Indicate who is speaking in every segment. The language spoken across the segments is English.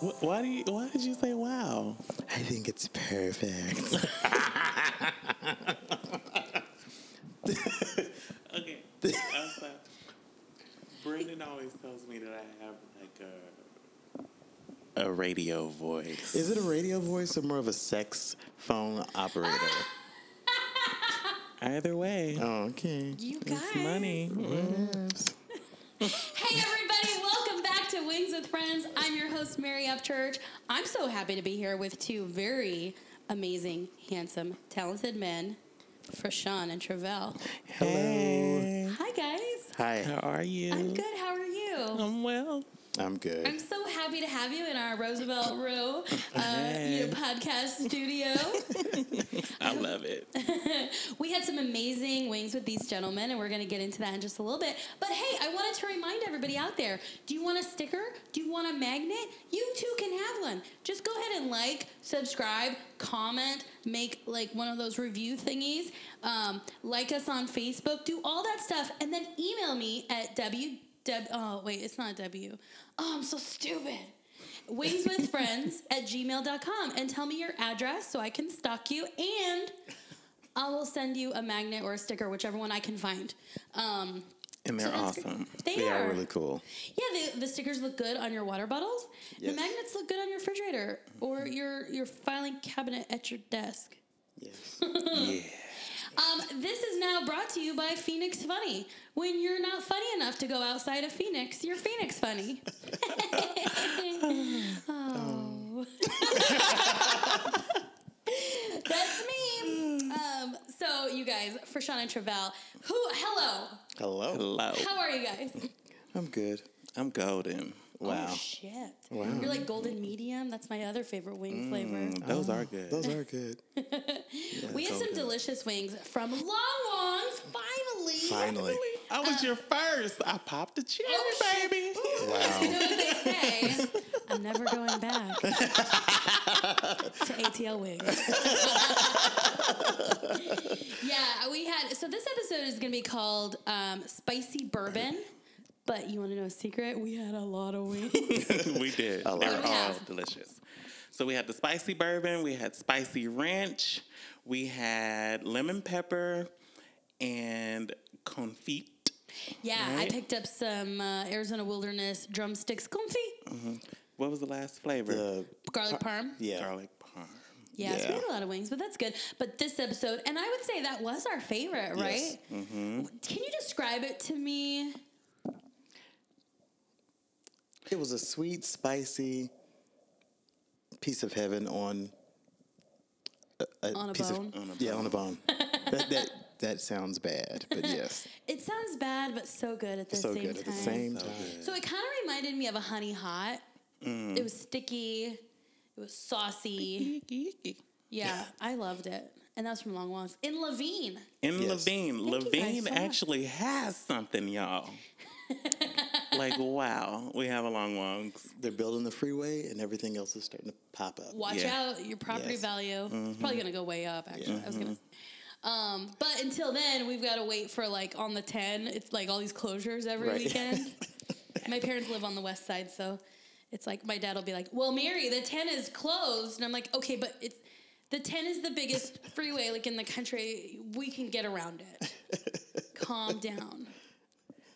Speaker 1: Wh- Why do you, Why did you say wow?
Speaker 2: I think it's perfect.
Speaker 1: Okay. I'm sorry. Brendan always tells me that I have like a a radio voice.
Speaker 2: Is it a radio voice or more of a sex phone operator?
Speaker 1: Either way,
Speaker 3: Ah!
Speaker 2: oh, okay.
Speaker 3: You guys.
Speaker 1: it's money.
Speaker 3: Hey, everybody, welcome back to Wings with Friends. I'm your host, Mary Upchurch. I'm so happy to be here with two very amazing, handsome, talented men, Frashawn and Travell.
Speaker 2: Hello.
Speaker 1: Hey.
Speaker 3: Hi, guys.
Speaker 2: Hi.
Speaker 1: How are you?
Speaker 3: I'm good. How are you?
Speaker 1: I'm well.
Speaker 2: I'm good.
Speaker 3: I'm so happy to have you in our Roosevelt Row uh,
Speaker 1: Hey.
Speaker 3: you know, podcast studio.
Speaker 1: I love it.
Speaker 3: we had some amazing wings with these gentlemen, and we're going to get into that in just a little bit. But hey, I wanted to remind everybody out there do you want a sticker? Do you want a magnet? You too can have one. Just go ahead and like, subscribe, comment, make like one of those review thingies, um, like us on Facebook, do all that stuff, and then email me at W. W oh, wait, it's not W. Oh, I'm so stupid wingswithfriends at gmail.com and tell me your address so I can stalk you and I will send you a magnet or a sticker, whichever one I can find. Um,
Speaker 2: and they're
Speaker 3: that's great.
Speaker 2: awesome.
Speaker 3: They
Speaker 2: are
Speaker 3: are.
Speaker 2: really cool.
Speaker 3: yeah, the, the stickers look good on your water bottles.
Speaker 2: Yes. Mm-hmm.
Speaker 3: The magnets look good on your refrigerator or your, your filing cabinet at your desk.
Speaker 2: Yes.
Speaker 1: Yeah.
Speaker 3: Um, this is now brought to you by Phoenix Funny. When you're not funny enough to go outside of Phoenix, you're Phoenix Funny. oh. That's me. Um, so, you guys, for Sean and Travell, who, hello,
Speaker 2: Hello.
Speaker 1: Hello.
Speaker 3: how are you guys?
Speaker 2: I'm good.
Speaker 1: I'm golden.
Speaker 2: Wow. Mm,
Speaker 3: Oh, shit. You're like golden medium. That's my other favorite wing flavor.
Speaker 1: Those are good.
Speaker 2: Those are good.
Speaker 3: We had some delicious wings from Long Wong's, finally.
Speaker 2: Finally.
Speaker 1: I Oh, was your first. I popped a cherry,
Speaker 3: Oh,
Speaker 1: baby.
Speaker 3: You
Speaker 2: Wow.
Speaker 3: know what they say? I'm never going back to ATL wigs. yeah, we had. So this episode is going to be called um, "Spicy Bourbon." But you want to know a secret? We had a lot of wings.
Speaker 1: we did.
Speaker 2: I
Speaker 1: They
Speaker 2: love
Speaker 1: were
Speaker 3: it.
Speaker 1: all delicious. So we had the spicy bourbon, we had spicy ranch, we had lemon pepper, and confit.
Speaker 3: Yeah, I
Speaker 1: Right.
Speaker 3: picked up some uh, Arizona Wilderness drumsticks confit,
Speaker 1: What was the last flavor?
Speaker 2: The
Speaker 3: garlic parm.
Speaker 2: yeah.
Speaker 1: Garlic parm.
Speaker 3: Yeah, so we
Speaker 2: Yeah.
Speaker 3: had a lot of wings, but that's good. But this episode, and I would say that was our favorite, right?
Speaker 2: Yes. Mm-hmm.
Speaker 3: Can you describe it to me?
Speaker 2: It was a sweet, spicy piece of heaven on a,
Speaker 3: On a
Speaker 2: piece
Speaker 3: bone?
Speaker 2: Of, yeah, on a bone. that, that that sounds bad, but yes,
Speaker 3: It sounds bad, but so good at the
Speaker 2: so
Speaker 3: same
Speaker 2: good
Speaker 3: time.
Speaker 2: at the same time.
Speaker 3: So it kind of reminded me of a honey hot.
Speaker 2: Mm.
Speaker 3: It was sticky. It was saucy. Yeah, I loved it. And that was from Long Walks in Levine.
Speaker 1: And
Speaker 2: Yes.
Speaker 1: Levine.
Speaker 3: Thank you guys
Speaker 1: Levine
Speaker 3: so much.
Speaker 1: actually has something, y'all. like, wow, we have a long walks.
Speaker 2: They're building the freeway, and everything else is starting to pop up.
Speaker 3: Watch
Speaker 1: Yeah.
Speaker 3: out, your property
Speaker 2: Yes. Mm-hmm.
Speaker 3: value. It's probably gonna go way up. Actually, I was gonna. Um, but until then, we've got to wait for like on the ten. It's like all these closures every
Speaker 2: Right.
Speaker 3: weekend. my parents live on the west side, so it's like my dad will be like, "Well, Mary, the ten is closed," and I'm like, "Okay, but it's." The 10 is the biggest freeway like in the country. We can get around it. Calm down.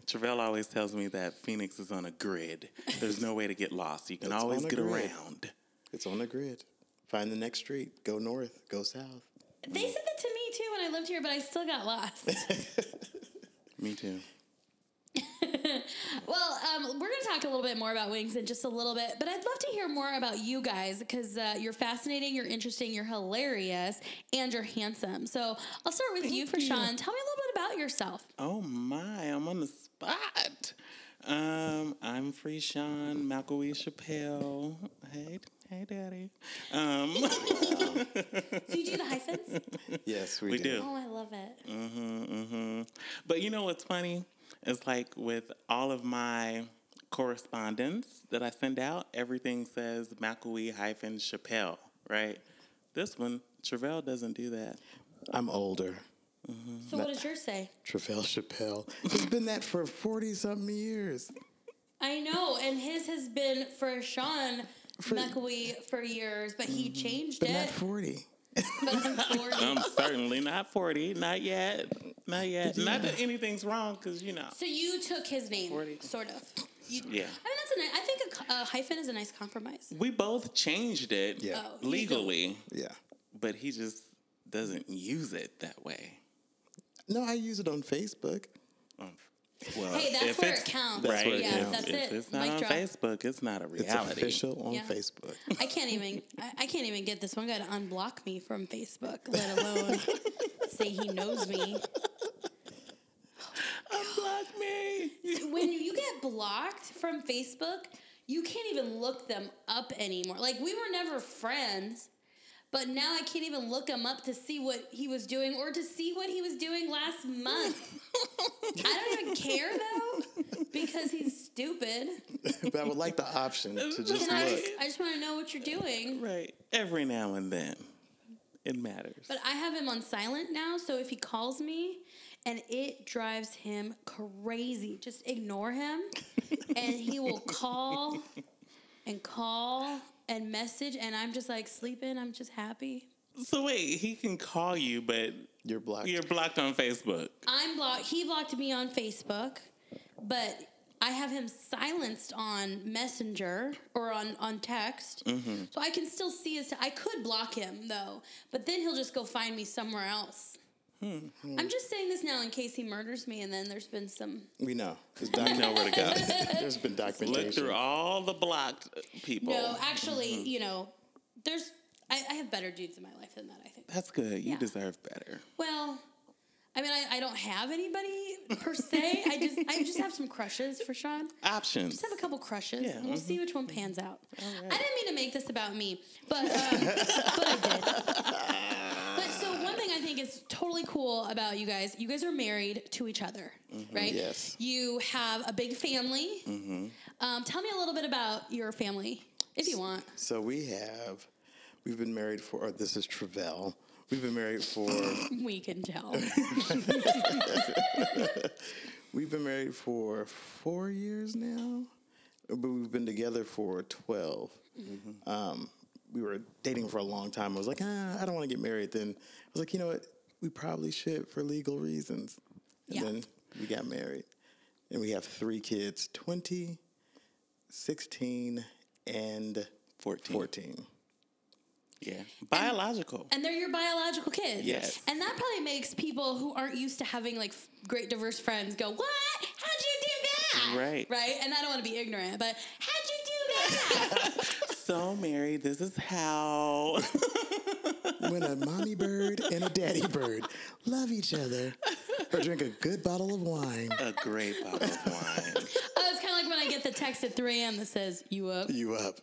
Speaker 1: Travell always tells me that Phoenix is on a grid. There's no way to get lost. You can
Speaker 2: It's
Speaker 1: always
Speaker 2: on a
Speaker 1: get
Speaker 2: grid.
Speaker 1: around.
Speaker 2: It's on a grid. Find the next street. Go north. Go south.
Speaker 3: They said that to me too when I lived here, but I still got lost.
Speaker 1: Me too.
Speaker 3: Well, um, we're going to talk a little bit more about wings in just a little bit, but I'd love to hear more about you guys because uh, you're fascinating, you're interesting, you're hilarious, and you're handsome. So I'll start with you, for Sean. Tell me a little bit about yourself.
Speaker 1: Oh my, I'm on the spot. Um, I'm Free Sean McElwee Chappelle. Hey, hey, Daddy. Um,
Speaker 3: Do you do the hyphens?
Speaker 2: Yes, we,
Speaker 1: we do.
Speaker 3: Oh, I love it.
Speaker 1: hmm But you know what's funny? It's like with all of my correspondence that I send out, everything says McElwee hyphen Chappelle, right? This one, Travell doesn't do that.
Speaker 2: I'm older.
Speaker 3: So what does yours say?
Speaker 2: Travell Chappelle. He's been that for forty something years.
Speaker 3: I know, and his has been for Sean McAwee for years, but he changed
Speaker 2: But not
Speaker 3: it.
Speaker 2: 40.
Speaker 3: But I'm 40.
Speaker 1: I'm certainly not 40. Not yet. Not yet. Not that anything's wrong, because, you know.
Speaker 3: so you took his name,
Speaker 1: 40.
Speaker 3: sort of. You,
Speaker 1: Yeah.
Speaker 3: I mean, that's a nice, I think a, co- a hyphen is a nice compromise.
Speaker 1: We both changed it
Speaker 2: Yeah.
Speaker 3: Oh, you
Speaker 1: legally,
Speaker 2: Yeah.
Speaker 1: but he just doesn't use it that way.
Speaker 2: No, I use it on Facebook.
Speaker 1: Um, Well,
Speaker 3: Hey, that's
Speaker 1: if
Speaker 3: where
Speaker 1: it's-
Speaker 3: it counts.
Speaker 2: That's
Speaker 1: Right.
Speaker 2: where it
Speaker 3: yeah,
Speaker 2: counts.
Speaker 3: that's
Speaker 1: if
Speaker 3: it.
Speaker 1: it's not
Speaker 3: Mic
Speaker 1: on
Speaker 3: drop.
Speaker 1: Facebook, it's not a
Speaker 2: It's
Speaker 1: reality.
Speaker 2: official on
Speaker 3: Yeah.
Speaker 2: Facebook.
Speaker 3: I can't even. I, I can't even get this one guy to unblock me from Facebook, let alone say he knows me.
Speaker 1: Unblock me.
Speaker 3: When you get blocked from Facebook, you can't even look them up anymore. Like we were never friends, but now I can't even look him up to see what he was doing or to see what he was doing last month. I don't even care though because he's stupid.
Speaker 2: but I would like the option to just
Speaker 3: And I
Speaker 2: look.
Speaker 3: just, I just want to know what you're doing.
Speaker 1: Right. Every now and then, it matters.
Speaker 3: But I have him on silent now, so if he calls me and it drives him crazy, just ignore him and he will call and call and message and I'm just like sleeping, I'm just happy.
Speaker 1: So wait, he can call you, but
Speaker 2: You're blocked.
Speaker 1: you're blocked on Facebook.
Speaker 3: I'm blocked he blocked me on Facebook, but I have him silenced on Messenger or on, on text. So I can still see his. T- I could block him though, but then he'll just go find me somewhere else. I'm just saying this now in case he murders me, and then there's been some.
Speaker 2: we know. There's,
Speaker 1: You know
Speaker 2: document-
Speaker 1: where to go.
Speaker 2: there's been
Speaker 1: Look
Speaker 2: documentation.
Speaker 1: through all the blocked uh, people.
Speaker 3: No, actually, you know, there's. I, I have better dudes in my life than that, I think.
Speaker 1: That's good. You
Speaker 3: Yeah.
Speaker 1: deserve better.
Speaker 3: Well, I mean, I, I don't have anybody per se. I just I just have some crushes for Sean.
Speaker 1: Options.
Speaker 3: Just have a couple crushes.
Speaker 1: Yeah,
Speaker 3: We'll see which one pans out. I didn't mean to make this about me, but um, but I did. But so one thing I think is totally cool about you guys, you guys are married to each other, right?
Speaker 2: Yes.
Speaker 3: You have a big family. Um, tell me a little bit about your family, if you want.
Speaker 2: So we have, we've been married for, or this is Travell. We've been married for,
Speaker 3: We can tell.
Speaker 2: we've been married for four years now, but we've been together for 12. Um, we were dating for a long time. I was like, ah, I don't want to get married. Then I was like, you know what? We probably should for legal reasons. And
Speaker 3: Yeah.
Speaker 2: then we got married. And we have three kids 20, 16, and
Speaker 1: 14.
Speaker 2: 14.
Speaker 1: Yeah. Biological.
Speaker 3: and they're your biological kids.
Speaker 1: Yes.
Speaker 3: And that probably makes people who aren't used to having like f- great diverse friends go, "What? How'd you do that?"
Speaker 1: Right.
Speaker 3: Right. And I don't want to be ignorant, but how'd you do that?
Speaker 1: so married. This is how.
Speaker 2: when a mommy bird and a daddy bird love each other or drink a good bottle of wine,
Speaker 1: a great bottle of wine.
Speaker 3: oh, it's kind of like when I get the text at 3 a.m. that says, "You up?"
Speaker 2: you up.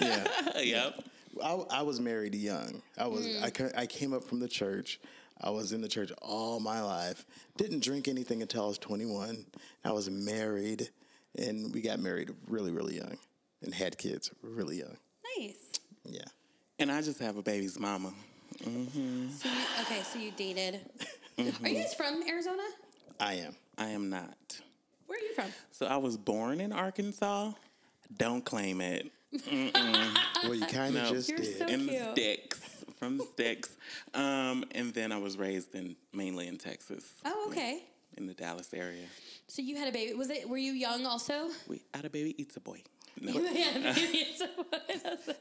Speaker 2: Yeah.
Speaker 1: yep.
Speaker 2: I, I was married young. I was I
Speaker 3: Mm.
Speaker 2: ca- I came up from the church. I was in the church all my life. Didn't drink anything until I was 21. I was married and we got married really really young and had kids really young.
Speaker 3: Nice.
Speaker 2: Yeah.
Speaker 1: And I just have a baby's mama.
Speaker 3: So you, okay, so you dated.
Speaker 1: Mm-hmm.
Speaker 3: Are you guys from Arizona?
Speaker 2: I am.
Speaker 1: I am not.
Speaker 3: Where are you from?
Speaker 1: So I was born in Arkansas. Don't claim it.
Speaker 2: Well, you kind of
Speaker 1: No.
Speaker 2: just
Speaker 3: You're
Speaker 2: did.
Speaker 3: so-
Speaker 1: in
Speaker 3: cute.
Speaker 1: the sticks. From the sticks. Um, and then I was raised in mainly in Texas,
Speaker 3: Oh, okay.
Speaker 1: in the Dallas area.
Speaker 3: So you had a baby. Was it? Were you young also?
Speaker 1: We had a baby, eats a boy. No,
Speaker 3: You had a baby. It's a boy. That's a-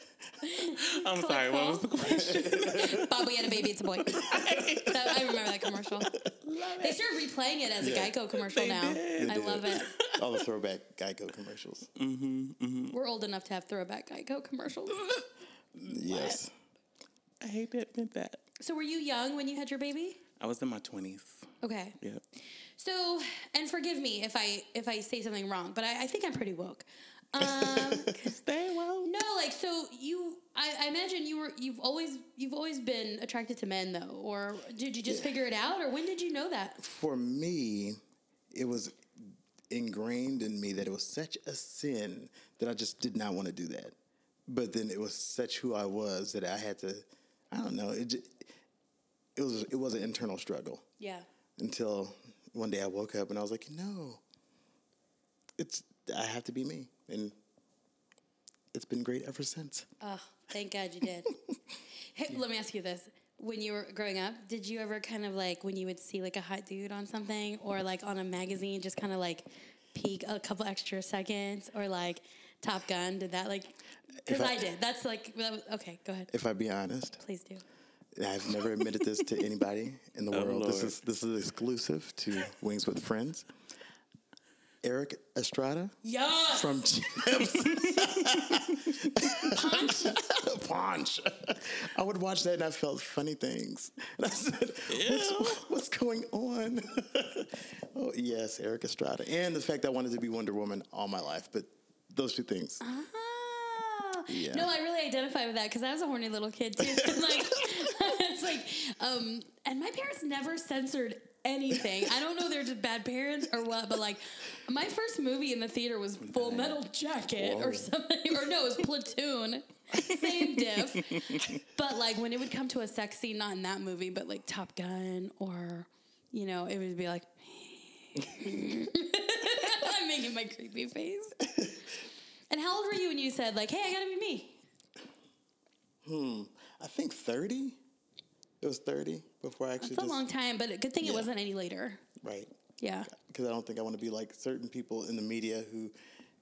Speaker 1: I'm sorry. What was the question?
Speaker 3: Bob, we had a baby. It's a boy. That- I remember that commercial. They started replaying it as a
Speaker 2: Yeah.
Speaker 3: Geico commercial
Speaker 1: They
Speaker 3: now.
Speaker 1: did.
Speaker 3: I
Speaker 2: did.
Speaker 3: love it.
Speaker 2: all the throwback Geico commercials.
Speaker 3: We're old enough to have throwback Geico commercials.
Speaker 2: Yes.
Speaker 1: I hate to admit that.
Speaker 3: So were you young when you had your baby?
Speaker 1: I was in my 20s.
Speaker 3: Okay.
Speaker 1: Yeah.
Speaker 3: So, and forgive me if I if I say something wrong, but I, I think I'm pretty woke. Um,
Speaker 1: Stay well.
Speaker 3: no, like so you. I, I imagine you were you've always you've always been attracted to men though, or did you just figure it out, or when did you know that?
Speaker 2: for me, it was ingrained in me that it was such a sin that I just did not want to do that. But then it was such who I was that I had to. I don't know. It ju- it was it was an internal struggle
Speaker 3: Yeah.
Speaker 2: until one day I woke up and I was like, no, it's I have to be me, and it's been great ever since.
Speaker 3: Oh, thank God you did. hey, let me ask you this. When you were growing up, did you ever kind of like when you would see like a hot dude on something or like on a magazine, just kind of like peek a couple extra seconds or like Top Gun? Did that like? Because
Speaker 2: If
Speaker 3: I,
Speaker 2: I-
Speaker 3: did. That's like that was- okay. Go ahead.
Speaker 2: If I be honest,
Speaker 3: Please do.
Speaker 2: I've never admitted this to anybody in the
Speaker 1: Oh,
Speaker 2: world. This
Speaker 1: Lord.
Speaker 2: is this is exclusive to Wings with Friends. Eric Estrada
Speaker 3: Yes.
Speaker 2: from Chips. Punch. I would watch that and I felt funny things. And I said, what's, what's going on? oh, yes, Eric Estrada. And the fact I wanted to be Wonder Woman all my life, but those two things.
Speaker 3: Uh-huh. Ah.
Speaker 2: Yeah.
Speaker 3: No, I really identify with that because I was a horny little kid too. like, it's like, um, and my parents never censored anything. I don't know if they're just bad parents or what, but like, my first movie in the theater was Full Metal Jacket or something, or no, it was Platoon. Same diff. But like, when it would come to a sex scene, not in that movie, but like Top Gun or, you know, it would be like, I'm making my creepy face. And how old were you when you said like, "Hey, I gotta be me"?
Speaker 2: I think 30? It was 30 before I actually
Speaker 3: It's a
Speaker 2: just-
Speaker 3: long time, but a good thing it
Speaker 2: Yeah.
Speaker 3: wasn't any later.
Speaker 2: Right.
Speaker 3: Yeah.
Speaker 2: because I don't think I want to be like certain people in the media who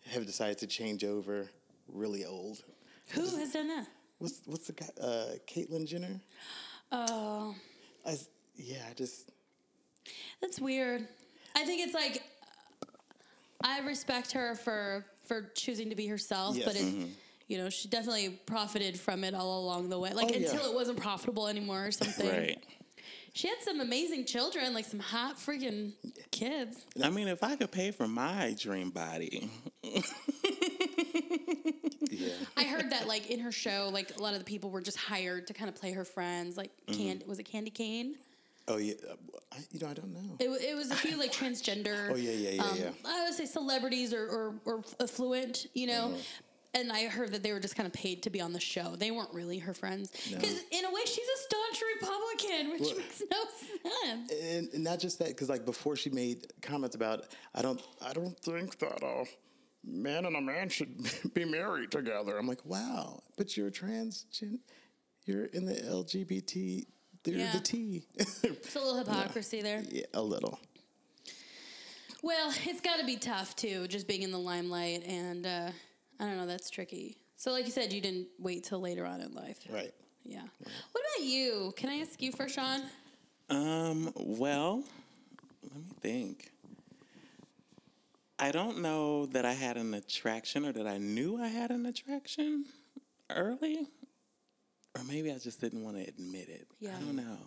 Speaker 2: have decided to change over really old.
Speaker 3: Who has done that?
Speaker 2: What's what's the guy? Uh, Caitlyn Jenner.
Speaker 3: Oh,
Speaker 2: I s yeah, I just
Speaker 3: that's weird. I think it's like I respect her for for choosing to be herself,
Speaker 2: Yes. Mm-hmm.
Speaker 3: but it, you know, she definitely profited from it all along the way. Like
Speaker 2: Oh, yeah.
Speaker 3: until it wasn't profitable anymore or something.
Speaker 1: Right.
Speaker 3: She had some amazing children, like some hot freaking kids.
Speaker 1: I mean, if I could pay for my dream body,
Speaker 2: yeah.
Speaker 3: I heard that like in her show, like a lot of the people were just hired to kind of play her friends. Like,
Speaker 2: Mm-hmm.
Speaker 3: Cand- was it Candy Cane?
Speaker 2: Oh yeah, uh, I, you know I don't know.
Speaker 3: It, wa- it was a few like transgender.
Speaker 2: Oh, yeah, yeah, yeah,
Speaker 3: um,
Speaker 2: yeah.
Speaker 3: I would say celebrities or, or, or affluent, you know.
Speaker 2: Mm-hmm.
Speaker 3: And I heard that they were just kind of paid to be on the show. They weren't really her friends. Because in a way, she's a staunch Republican, which
Speaker 2: Well-
Speaker 3: makes no sense.
Speaker 2: And, and not just that, because like before she made comments about I don't I don't think that a man and a man should be married together. I'm like, wow, but you're transgen, you're in the LGBT, you're
Speaker 3: Yeah.
Speaker 2: the T.
Speaker 3: It's a little hypocrisy there.
Speaker 2: yeah, a little.
Speaker 3: Well, it's got to be tough too, just being in the limelight, and uh, I don't know, that's tricky. So, like you said, you didn't wait till later on in life.
Speaker 2: Right.
Speaker 3: Yeah. What about you? Can I ask you first, Sean?
Speaker 1: um, well, let me think. I don't know that I had an attraction or that I knew I had an attraction early, or maybe I just didn't want to admit it.
Speaker 3: Yeah.
Speaker 1: I don't know.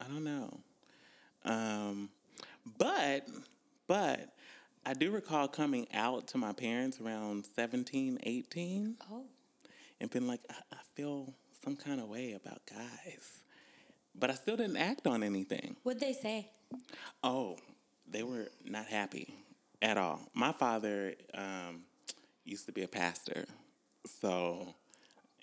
Speaker 1: I don't know. Um, but, but I do recall coming out to my parents around 17, 18.
Speaker 3: Oh,
Speaker 1: and been like, I, I feel some kind of way about guys. But I still didn't act on anything.
Speaker 3: what'd they say?
Speaker 1: Oh, they were not happy at all. My father um, used to be a pastor. So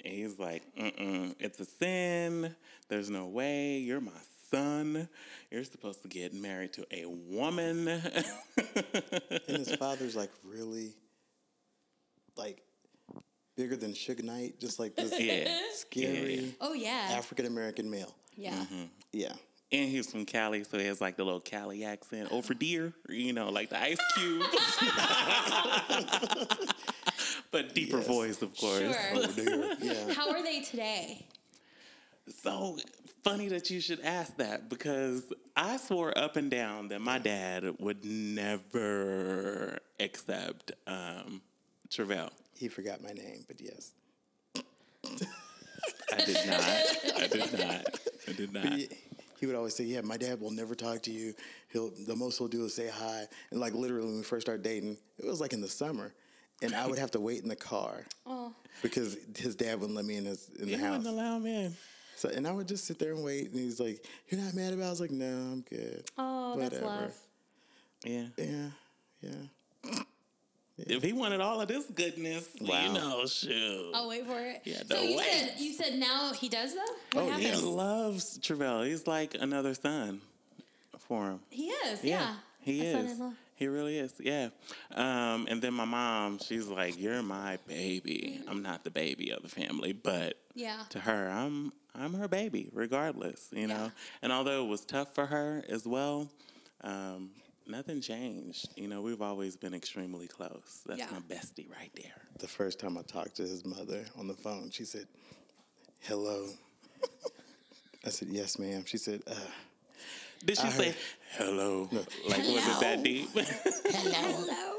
Speaker 1: he's like, Mm-mm, it's a sin. There's no way. You're my son. You're supposed to get married to a woman.
Speaker 2: And his father's like really, like, bigger than Suge Knight, just like this
Speaker 1: yeah.
Speaker 2: scary
Speaker 3: Oh yeah.
Speaker 2: African American male.
Speaker 3: Yeah.
Speaker 2: Mm-hmm. Yeah.
Speaker 1: And he was from Cali, so he has like the little Cali accent. Oh, for dear, you know, like the ice cube. but deeper
Speaker 2: Yes.
Speaker 1: voice, of course.
Speaker 3: Sure.
Speaker 2: Dear. Yeah.
Speaker 3: How are they today?
Speaker 1: So funny that you should ask that because I swore up and down that my dad would never accept um, Travell.
Speaker 2: He forgot my name, but yes.
Speaker 1: I did not. I did not. I did not.
Speaker 2: He, he would always say, Yeah, my dad will never talk to you. He'll the most he'll do is say hi. And like literally when we first started dating, it was like in the summer. And I would have to wait in the car
Speaker 3: Oh.
Speaker 2: because his dad wouldn't let me in his in
Speaker 1: He
Speaker 2: the house.
Speaker 1: wouldn't allow him in.
Speaker 2: So and I would just sit there and wait. And he's like, "You're not mad about?" it? I was like, "No, I'm good."
Speaker 3: Oh, that's love.
Speaker 1: Yeah.
Speaker 2: Yeah, yeah.
Speaker 1: If he wanted all of this goodness, you
Speaker 2: Wow.
Speaker 1: know, shoot.
Speaker 3: I'll wait for it.
Speaker 1: Yeah,
Speaker 3: so
Speaker 1: no
Speaker 3: you
Speaker 1: way.
Speaker 3: said you said now he does though? What
Speaker 2: Oh,
Speaker 1: He
Speaker 2: yeah.
Speaker 3: happened?
Speaker 1: loves Travell. He's like another son for him.
Speaker 3: He is, yeah.
Speaker 1: He
Speaker 3: A
Speaker 1: is.
Speaker 3: son-in-law.
Speaker 1: He really is, yeah. Um, and then my mom, she's like, "You're my baby.
Speaker 3: Mm-hmm.
Speaker 1: I'm not the baby of the family, but
Speaker 3: Yeah.
Speaker 1: to her, I'm I'm her baby, regardless. You know.
Speaker 3: Yeah.
Speaker 1: And although it was tough for her as well, um, nothing changed. You know, we've always been extremely close. That's
Speaker 3: Yeah.
Speaker 1: my bestie right there.
Speaker 2: The first time I talked to his mother on the phone, she said, "Hello." I said, "Yes, ma'am." She said, uh,
Speaker 1: Did she
Speaker 2: I
Speaker 1: say
Speaker 2: heard-
Speaker 1: hello? Like was it that
Speaker 3: Hello.
Speaker 1: deep?
Speaker 3: Hello.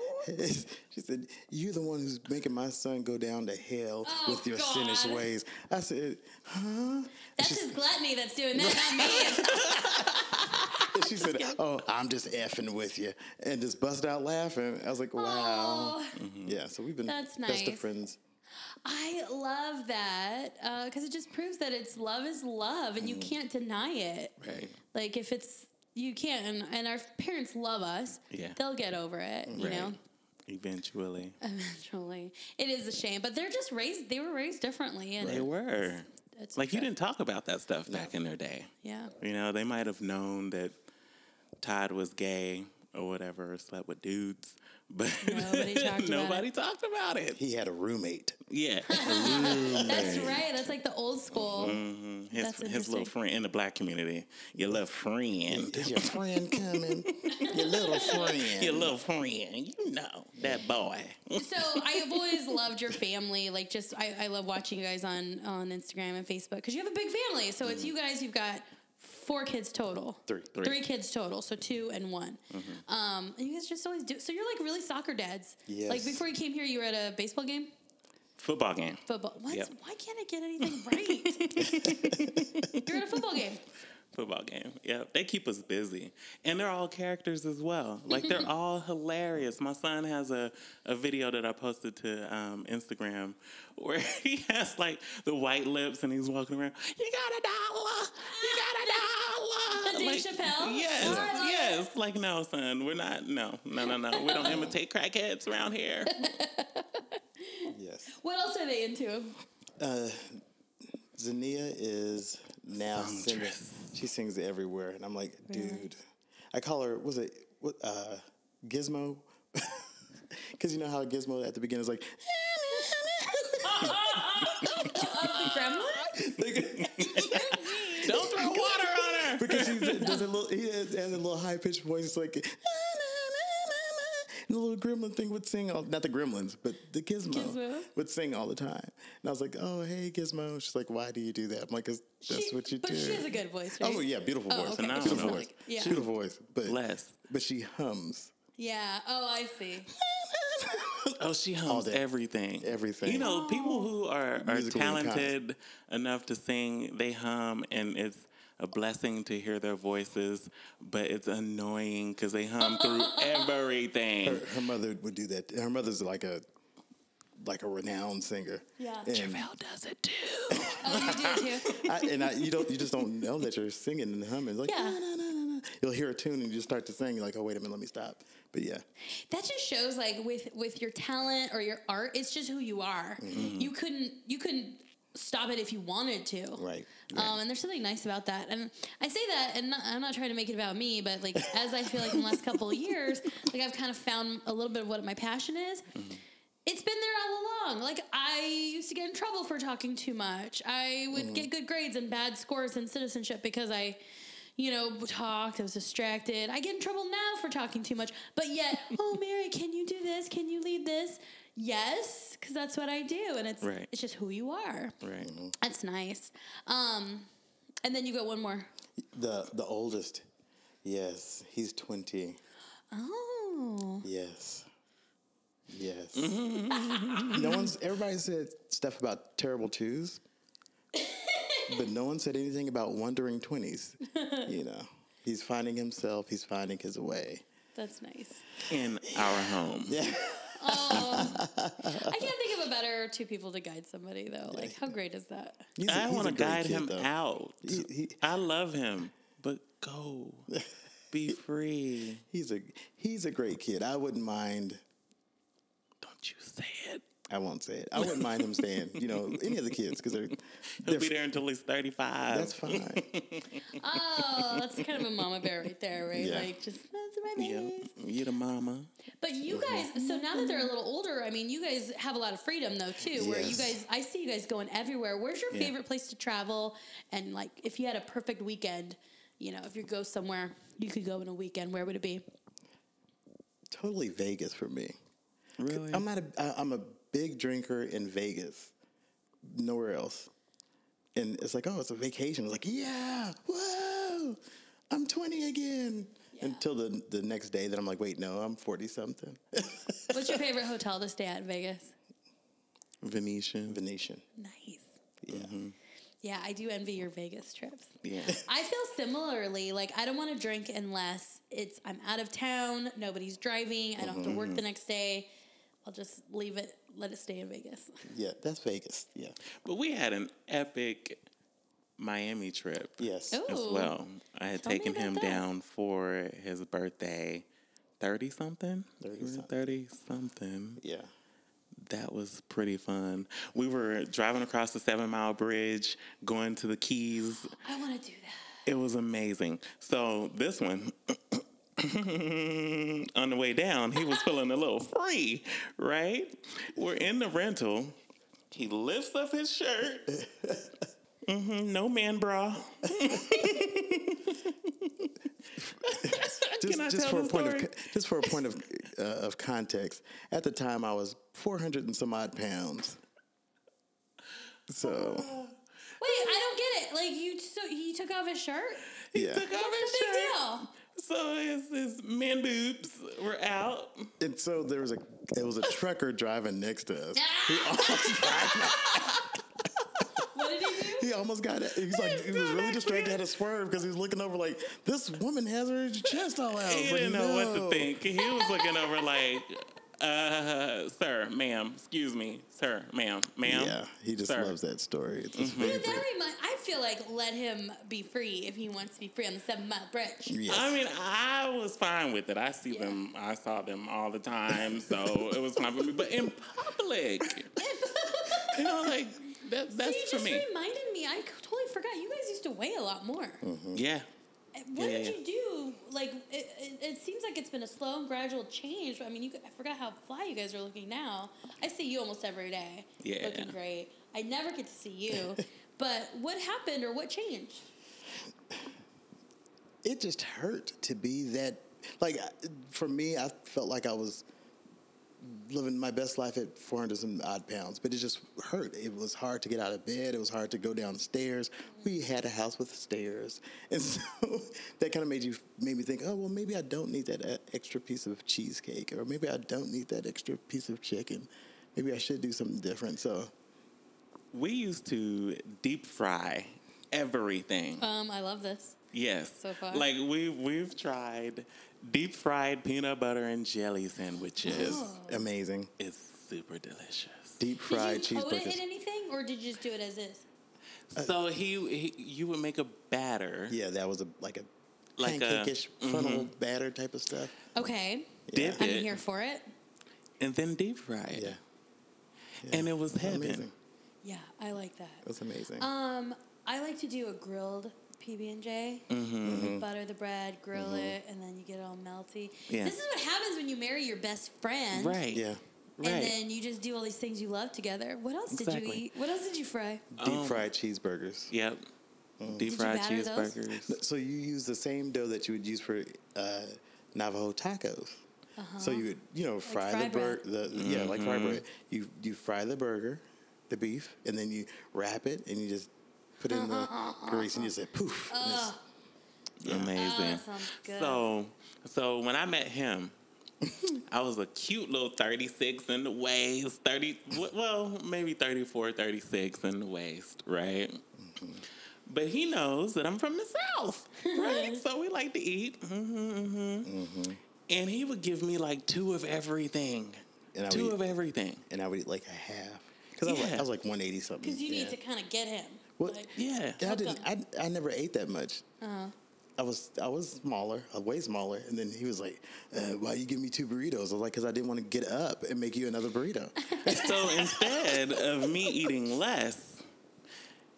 Speaker 2: "She said you're the one who's making my son go down to hell
Speaker 3: Oh,
Speaker 2: with your sinnish
Speaker 3: God.
Speaker 2: ways." I said, "Huh?"
Speaker 3: That's his gluttony that's doing that, not me.
Speaker 2: And she said, "Oh, I'm just effing with you," and just busted out laughing. I was like, "Wow." Mm-hmm.
Speaker 3: Oh,
Speaker 2: Yeah, so we've been
Speaker 3: That's
Speaker 2: best of
Speaker 3: nice.
Speaker 2: friends.
Speaker 3: I love that because it just proves that it's love is love, and you
Speaker 1: Mm.
Speaker 3: can't deny it.
Speaker 1: right.
Speaker 3: Like if it's you can't, and, and our parents love us,
Speaker 1: Yeah.
Speaker 3: they'll get over it. You know,
Speaker 1: Eventually,
Speaker 3: eventually. It is a shame, but they're just raised. They were raised differently, and
Speaker 1: they were.
Speaker 3: it's
Speaker 1: Like you
Speaker 3: true.
Speaker 1: didn't talk about that stuff back in their day.
Speaker 3: Yeah.
Speaker 1: You know, they might have known that Todd was gay or whatever, or slept with dudes, but
Speaker 3: Nobody talked about
Speaker 1: nobody talked about it.
Speaker 2: He had a roommate.
Speaker 1: Yeah,
Speaker 3: That's right. That's like the old school.
Speaker 2: Mm.
Speaker 1: his,
Speaker 3: That's
Speaker 1: his little
Speaker 3: interesting.
Speaker 1: friend in the black community, your little friend,
Speaker 2: Is your friend coming? your little friend.
Speaker 1: your little friend, you know that boy.
Speaker 3: So I've always loved your family. Like, just I, I love watching you guys on on Instagram and Facebook because you have a big family. So it's you guys. You've got four kids total.
Speaker 2: Mm. Three. Mm-hmm.
Speaker 1: Three.
Speaker 3: kids total. So two and one. Um, and you guys just always do. So you're like really soccer dads. Like
Speaker 2: Yes.
Speaker 3: before you came here, you were at a baseball game.
Speaker 1: Football game.
Speaker 3: Football. What?
Speaker 1: Yep.
Speaker 3: Why can't I get anything right? you're at a football game.
Speaker 1: football game. Yeah, they keep us busy, and they're all characters as well. Like they're all hilarious. My son has a, a video that I posted to um, Instagram where he has like the white lips, and he's walking around. You got a dollar. You got a dollar.
Speaker 3: Dave
Speaker 1: like,
Speaker 3: Chappelle?
Speaker 1: Yes,
Speaker 3: Oh, I love
Speaker 1: yes. Like no, son, we're not. No, no, no, no. We don't imitate crackheads around here.
Speaker 2: Yes.
Speaker 3: What else are they into?
Speaker 2: Zania is now singing.
Speaker 1: Songstress.
Speaker 2: She sings everywhere, and I'm like, dude. I call her. Was it what, uh, Gizmo? Because you know how Gizmo at the beginning is like,
Speaker 3: The grandma?
Speaker 1: Don't throw water on her.
Speaker 2: because he does a little, he has, has a little high pitched voice. It's like, and the little gremlin thing would sing all, not the gremlins, but the gizmo,
Speaker 3: Gizmo.
Speaker 2: would sing all the time. And I was like, oh, hey, gizmo. She's like, why do you do that? I'm like, 'Cause that's
Speaker 3: She-
Speaker 2: what you
Speaker 3: but
Speaker 2: do.
Speaker 3: she has a good voice, right?
Speaker 2: Oh yeah, beautiful voice,
Speaker 3: okay.
Speaker 1: Phenomenal.
Speaker 2: beautiful
Speaker 1: She's
Speaker 2: voice,
Speaker 3: like- yeah.
Speaker 2: beautiful voice. But
Speaker 1: Bless.
Speaker 2: but she hums
Speaker 3: Yeah. Oh, I see.
Speaker 1: Oh, she hums
Speaker 2: day.
Speaker 1: everything.
Speaker 2: Everything.
Speaker 1: You know, people who are, are
Speaker 2: Musical in kind.
Speaker 1: talented enough to sing, they hum, and it's a blessing to hear their voices, but it's annoying because they hum through everything.
Speaker 2: her, her mother would do that. Her mother's like a like a renowned singer.
Speaker 3: Yeah.
Speaker 2: and,
Speaker 1: does it too.
Speaker 3: Oh, you do too.
Speaker 2: I, and I, you don't you just don't know that you're singing and humming. Like
Speaker 3: Yeah.
Speaker 2: "Na, na, na, na, na." you'll hear a tune and you just start to sing. You're like oh wait a minute, let me stop. But yeah,
Speaker 3: that just shows like with with your talent or your art it's just who you are you couldn't you couldn't stop it if you wanted to
Speaker 2: right.
Speaker 3: um, and there's something nice about that and i say that and not, i'm not trying to make it about me but like as i feel like in the last couple of years like i've kind of found a little bit of what my passion is it's been there all along. Like I used to get in trouble for talking too much. I would get good grades and bad scores in citizenship because I, you know, talked. I was distracted. I get in trouble now for talking too much. But yet, oh Mary, can you do this? Can you lead this? Yes, because that's what I do, and it's
Speaker 1: Right.
Speaker 3: it's just who you are.
Speaker 1: Right.
Speaker 2: Mm-hmm.
Speaker 3: That's nice. Um, and then you got one more.
Speaker 2: The the oldest, yes, he's twenty.
Speaker 3: Oh,
Speaker 2: Yes. Yes.
Speaker 1: Mm-hmm.
Speaker 2: no one's. Everybody said stuff about terrible twos, but no one said anything about wandering twenties. You know, he's finding himself. He's finding his way.
Speaker 3: that's nice.
Speaker 1: In our home.
Speaker 3: Oh, I can't think of a better two people to guide somebody though. Like, how great is that?
Speaker 2: He's a-
Speaker 1: I
Speaker 2: he's a
Speaker 1: want to
Speaker 2: great
Speaker 1: guide
Speaker 2: kid,
Speaker 1: him
Speaker 2: though.
Speaker 1: out.
Speaker 2: He- he-
Speaker 1: I love him, but go. Be free.
Speaker 2: He's a he's a great kid. I wouldn't mind.
Speaker 1: Don't you say it.
Speaker 2: I won't say it. I wouldn't mind him staying. You know, any of the kids because they're
Speaker 1: He'll
Speaker 2: they're
Speaker 1: be there until he's 35.
Speaker 2: That's fine.
Speaker 3: Oh, that's kind of a mama bear right there, right?
Speaker 2: Yeah.
Speaker 3: Like, just that's my
Speaker 1: Yeah.
Speaker 3: babies.
Speaker 1: You the mama.
Speaker 3: But you guys, so now that they're a little older, I mean, you guys have a lot of freedom though too. Where you
Speaker 2: Yes.
Speaker 3: guys, I see you guys going everywhere. Where's your
Speaker 1: Yeah.
Speaker 3: favorite place to travel? And like, if you had a perfect weekend, you know, if you go somewhere, you could go in a weekend. Where would it be?
Speaker 2: totally Vegas for me.
Speaker 1: Really?
Speaker 2: I'm not a. I- I'm a big drinker in Vegas. Nowhere else. And it's like, oh, it's a vacation. It's like, yeah, whoa, I'm 20 again. Until the the next day, that I'm like, wait, no, I'm 40 something.
Speaker 3: What's your favorite hotel to stay at in Vegas?
Speaker 1: Venetian.
Speaker 2: Venetian. Mm-hmm.
Speaker 3: Nice.
Speaker 2: Yeah.
Speaker 3: Yeah, I do envy your Vegas trips.
Speaker 1: Yeah.
Speaker 3: I feel similarly. Like I don't want to drink unless it's I'm out of town, nobody's driving, I don't have to work
Speaker 1: Mm-hmm.
Speaker 3: the next day. I'll just leave it, let it stay in Vegas.
Speaker 2: Yeah, that's Vegas. Yeah.
Speaker 1: But we had an epic Miami trip
Speaker 2: Yes.
Speaker 3: Ooh.
Speaker 1: as well. I had
Speaker 3: Tell me
Speaker 1: taken
Speaker 3: about
Speaker 1: him
Speaker 3: that.
Speaker 1: down for his birthday, 30 something?
Speaker 2: 30
Speaker 1: We were
Speaker 2: something.
Speaker 1: 30 something.
Speaker 2: Yeah.
Speaker 1: That was pretty fun. We were driving across the Seven Mile Bridge, going to the Keys.
Speaker 3: I want to do that.
Speaker 1: It was amazing. So this one, on the way down, he was feeling a little free, right? We're in the rental. He lifts up his shirt. hmm no man bra.
Speaker 2: Just,
Speaker 1: Can I
Speaker 2: just
Speaker 1: tell
Speaker 2: for a
Speaker 1: the
Speaker 2: point
Speaker 1: story?
Speaker 2: of co- just for a point of uh, of context, at the time I was 400 and some odd pounds. So
Speaker 3: Wait, I don't get it. Like you, so he took off his shirt.
Speaker 2: yeah,
Speaker 1: Took off
Speaker 3: What's
Speaker 1: his
Speaker 3: the big
Speaker 1: shirt.
Speaker 3: deal?
Speaker 1: So his, his man boobs were out.
Speaker 2: and so there was a it was a trucker driving next to us.
Speaker 3: what did he do?
Speaker 2: He almost got it. He was like he was really distracted, had to swerve because he was looking over like this woman has her chest all out. I
Speaker 1: He
Speaker 2: was like,
Speaker 1: didn't know what
Speaker 2: Oh, "No."
Speaker 1: to think. He was looking over like, uh, sir, ma'am, excuse me, sir, ma'am, ma'am.
Speaker 2: Yeah, he just
Speaker 1: Sir. Mm-hmm.
Speaker 2: loves that story. It's his
Speaker 3: Dude,
Speaker 2: favorite.
Speaker 3: that remind, I feel like let him be free if he wants to be free on the seven mile bridge.
Speaker 2: Yes.
Speaker 1: I mean, I was fine with it. I see them, I saw them all the time, so it was fine for me. But in public, you know, like that,
Speaker 3: So
Speaker 1: that's
Speaker 3: you
Speaker 1: for
Speaker 3: just
Speaker 1: me.
Speaker 3: reminded me. I totally forgot. You guys used to weigh a lot more.
Speaker 2: Mm.
Speaker 3: Eh,
Speaker 1: yeah,
Speaker 3: What
Speaker 1: Hmm. Yeah,
Speaker 3: did
Speaker 1: yeah,
Speaker 3: you do? Like it, it, it seems like it's been a slow and gradual change. I mean, you, I forgot how fly you guys are looking now. I see you almost every day.
Speaker 1: Yeah.
Speaker 3: looking great. I never get to see you. but what happened or what changed?
Speaker 2: it just hurt to be that like I- for me i felt like i was living my best life at 400 and odd pounds but it just hurt it was hard to get out of bed it was hard to go downstairs we had a house with stairs and so that kind of made you made me think oh well maybe i don't need that uh, extra piece of cheesecake or maybe i don't need that extra piece of chicken maybe i should do something different so
Speaker 1: we used to deep fry everything.
Speaker 3: Um, I love this.
Speaker 1: Yes.
Speaker 3: So far.
Speaker 1: Like we we've tried deep fried peanut butter and jelly sandwiches.
Speaker 2: amazing
Speaker 1: It's super delicious.
Speaker 2: deep fried
Speaker 3: did you coat it in
Speaker 2: cheeseburgers
Speaker 3: anything, or did you just do it as is?
Speaker 1: So he, he you would make a batter,
Speaker 2: Uh, yeah that was a like a
Speaker 1: Like a- mm-hmm.
Speaker 2: pancake-ish funnel batter type of stuff
Speaker 3: Okay,
Speaker 1: dip
Speaker 3: I'm
Speaker 1: it,
Speaker 3: here for it.
Speaker 1: and then deep fry it.
Speaker 2: Yeah.
Speaker 1: And it was heaven.
Speaker 2: Amazing.
Speaker 3: Yeah, I like that.
Speaker 2: That's amazing.
Speaker 3: Um, I like to do a grilled PB and J.
Speaker 1: Mm-hmm.
Speaker 3: Butter the bread, grill it, and then you get it all melty.
Speaker 1: Yeah.
Speaker 3: This is what happens when you marry your best friend.
Speaker 1: Right.
Speaker 2: yeah.
Speaker 1: Right.
Speaker 3: And then you just do all these things you love together. What else did you
Speaker 1: Exactly.
Speaker 3: eat? What else did you fry?
Speaker 2: Deep
Speaker 1: Um,
Speaker 2: fried cheeseburgers.
Speaker 1: Yep. Deep
Speaker 2: Mm.
Speaker 3: you
Speaker 1: fried
Speaker 3: batter those?
Speaker 1: cheeseburgers.
Speaker 2: So you use the same dough that you would use for uh, Navajo tacos. So you would, you know, fry
Speaker 3: fry
Speaker 2: the burger.
Speaker 3: Uh-huh. bread.
Speaker 2: The, Yeah, like fry
Speaker 1: Mm-hmm.
Speaker 2: bread. You you fry the burger, the beef, and then you wrap it and you just put it in the grease and you say poof. and it's-
Speaker 1: Amazing.
Speaker 3: that Ah, sounds good.
Speaker 1: So, so when I met him, I was a cute little 36 in the waist, 30, w- well, maybe 34, 36 in the waist, right?
Speaker 2: Mm-hmm.
Speaker 1: But he knows that I'm from the South, right? so we like to eat. hmm
Speaker 2: Mm-hmm.
Speaker 1: And he would give me like two of everything.
Speaker 2: And I would
Speaker 1: two
Speaker 2: eat-
Speaker 1: of everything.
Speaker 2: and I would eat like a half. Because I, was like,
Speaker 1: Yeah.
Speaker 2: I was like 180 something.
Speaker 3: Because you need
Speaker 2: Yeah.
Speaker 3: to kind of get him.
Speaker 2: Well,
Speaker 3: Like,
Speaker 1: Yeah. Uh-huh.
Speaker 2: And I didn't. I, I never ate that much. I was I was smaller, uh, way smaller, and then he was like, uh, "Why you give me two burritos?" I was like, "Cause I didn't want to get up and make you another burrito."
Speaker 1: So instead of me eating less,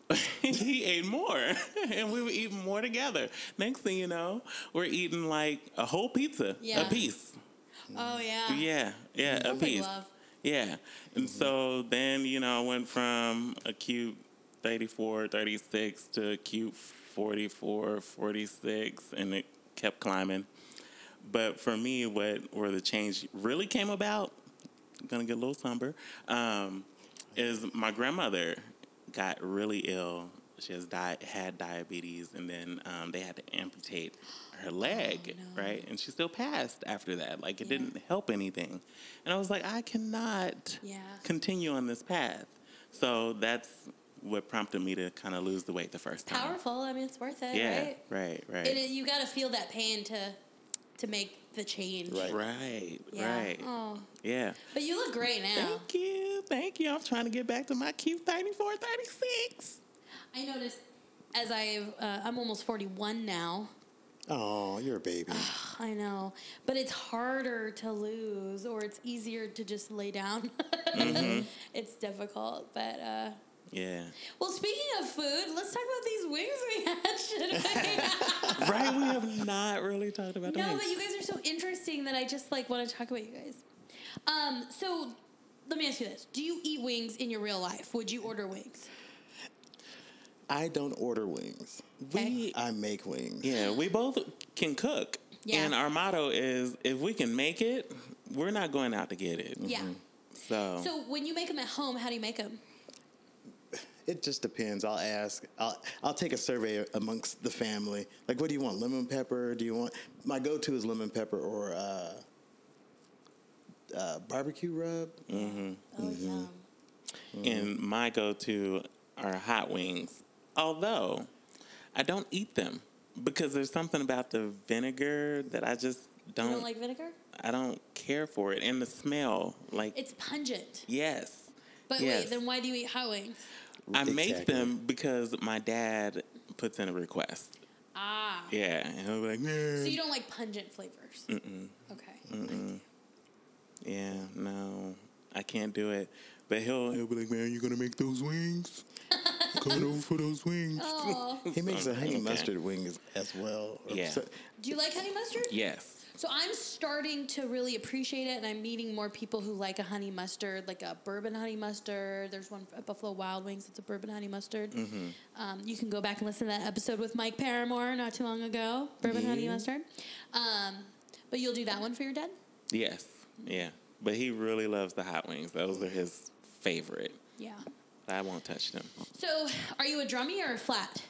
Speaker 1: he ate more, and we were eating more together. Next thing you know, we're eating like a whole pizza,
Speaker 3: Yeah.
Speaker 1: a piece.
Speaker 3: Oh yeah.
Speaker 1: Yeah, yeah, a
Speaker 3: Sounds like
Speaker 1: piece.
Speaker 3: love.
Speaker 1: Yeah. And so then, you know, I went from a cute 34, 36 to a cute 44, 46, and it kept climbing. But for me, what where the change really came about, I'm gonna get a little somber, um, is my grandmother got really ill. She has di- had diabetes, and then um, they had to amputate her leg, right? And she still passed after that. Like it
Speaker 3: Oh, Yeah.
Speaker 1: didn't help anything. And I was like, I cannot
Speaker 3: Yeah.
Speaker 1: continue on this path. So that's what prompted me to kind of lose the weight the first time.
Speaker 3: Powerful. I mean, it's worth it,
Speaker 1: Yeah,
Speaker 3: right?
Speaker 1: right, right,
Speaker 3: It is, you got to feel that pain to to make the change.
Speaker 2: Right.
Speaker 1: right,
Speaker 3: Yeah.
Speaker 1: right.
Speaker 3: Oh.
Speaker 1: Yeah.
Speaker 3: But you look great now.
Speaker 1: Thank you. Thank you. I'm trying to get back to my cute 34, 36.
Speaker 3: I noticed as I uh, I'm almost 41 now.
Speaker 2: oh, you're a baby.
Speaker 3: I know, but it's harder to lose, or it's easier to just lay down. it's difficult, but. Uh,
Speaker 1: Yeah.
Speaker 3: well, speaking of food, let's talk about these wings we had today.
Speaker 1: right. We have not really talked about the
Speaker 3: no,
Speaker 1: wings.
Speaker 3: but you guys are so interesting that I just like want to talk about you guys. Um, so let me ask you this: Do you eat wings in your real life? Would you order wings?
Speaker 2: I don't order wings.
Speaker 1: We-
Speaker 2: I make wings.
Speaker 1: yeah, we both can cook.
Speaker 3: Yeah.
Speaker 1: And our motto is if we can make it, we're not going out to get it.
Speaker 3: Yeah.
Speaker 1: So,
Speaker 3: So when you make them at home, how do you make them?
Speaker 2: It just depends. I'll ask. I'll I'll take a survey amongst the family. Like, what do you want? Lemon pepper? Do you want? My go-to is lemon pepper or uh, uh, barbecue rub.
Speaker 1: Mm-hmm.
Speaker 3: Oh yeah.
Speaker 1: and my go to are hot wings. Although I don't eat them because there's something about the vinegar that I just
Speaker 3: You
Speaker 1: don't,
Speaker 3: don't like vinegar?
Speaker 1: I don't care for it. And the smell, like,
Speaker 3: It's pungent.
Speaker 1: yes.
Speaker 3: But
Speaker 1: Yes.
Speaker 3: wait, then why do you eat hot wings?
Speaker 1: I make
Speaker 2: Exactly.
Speaker 1: them because my dad puts in a request.
Speaker 3: Ah.
Speaker 1: Yeah, and he'll be like,
Speaker 3: So
Speaker 1: "Nah."
Speaker 3: you don't like pungent flavors? Mm-mm. Okay.
Speaker 1: yeah, no, I can't do it. But he'll he'll be like, man, you gonna make those wings? Coming over for those wings?
Speaker 3: Oh.
Speaker 2: He makes a honey
Speaker 1: Okay.
Speaker 2: mustard wings as well. Or
Speaker 1: Yeah.
Speaker 2: so-
Speaker 3: Do you like honey mustard?
Speaker 1: Yes.
Speaker 3: So I'm starting to really appreciate it, and I'm meeting more people who like a honey mustard, like a bourbon honey mustard. There's one at Buffalo Wild Wings that's a bourbon honey mustard.
Speaker 1: Mm-hmm.
Speaker 3: Um, you can go back and listen to that episode with Mike Paramore not too long ago, bourbon honey mustard. Um, but you'll do that one for your dad?
Speaker 1: Yes. Yeah. But he really loves the hot wings. Those are his favorite.
Speaker 3: Yeah.
Speaker 1: I won't touch them.
Speaker 3: So are you a drummy or a flat?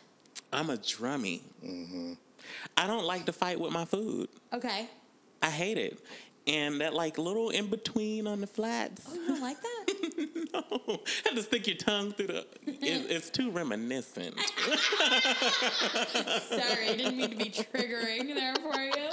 Speaker 1: I'm a drummy. I don't like to fight with my food.
Speaker 3: Okay.
Speaker 1: I hate it. And that like little in between on the flats.
Speaker 3: Oh, you don't like that?
Speaker 1: no, have to stick your tongue through the. It, it's too reminiscent.
Speaker 3: Sorry, I didn't mean to be triggering there for you.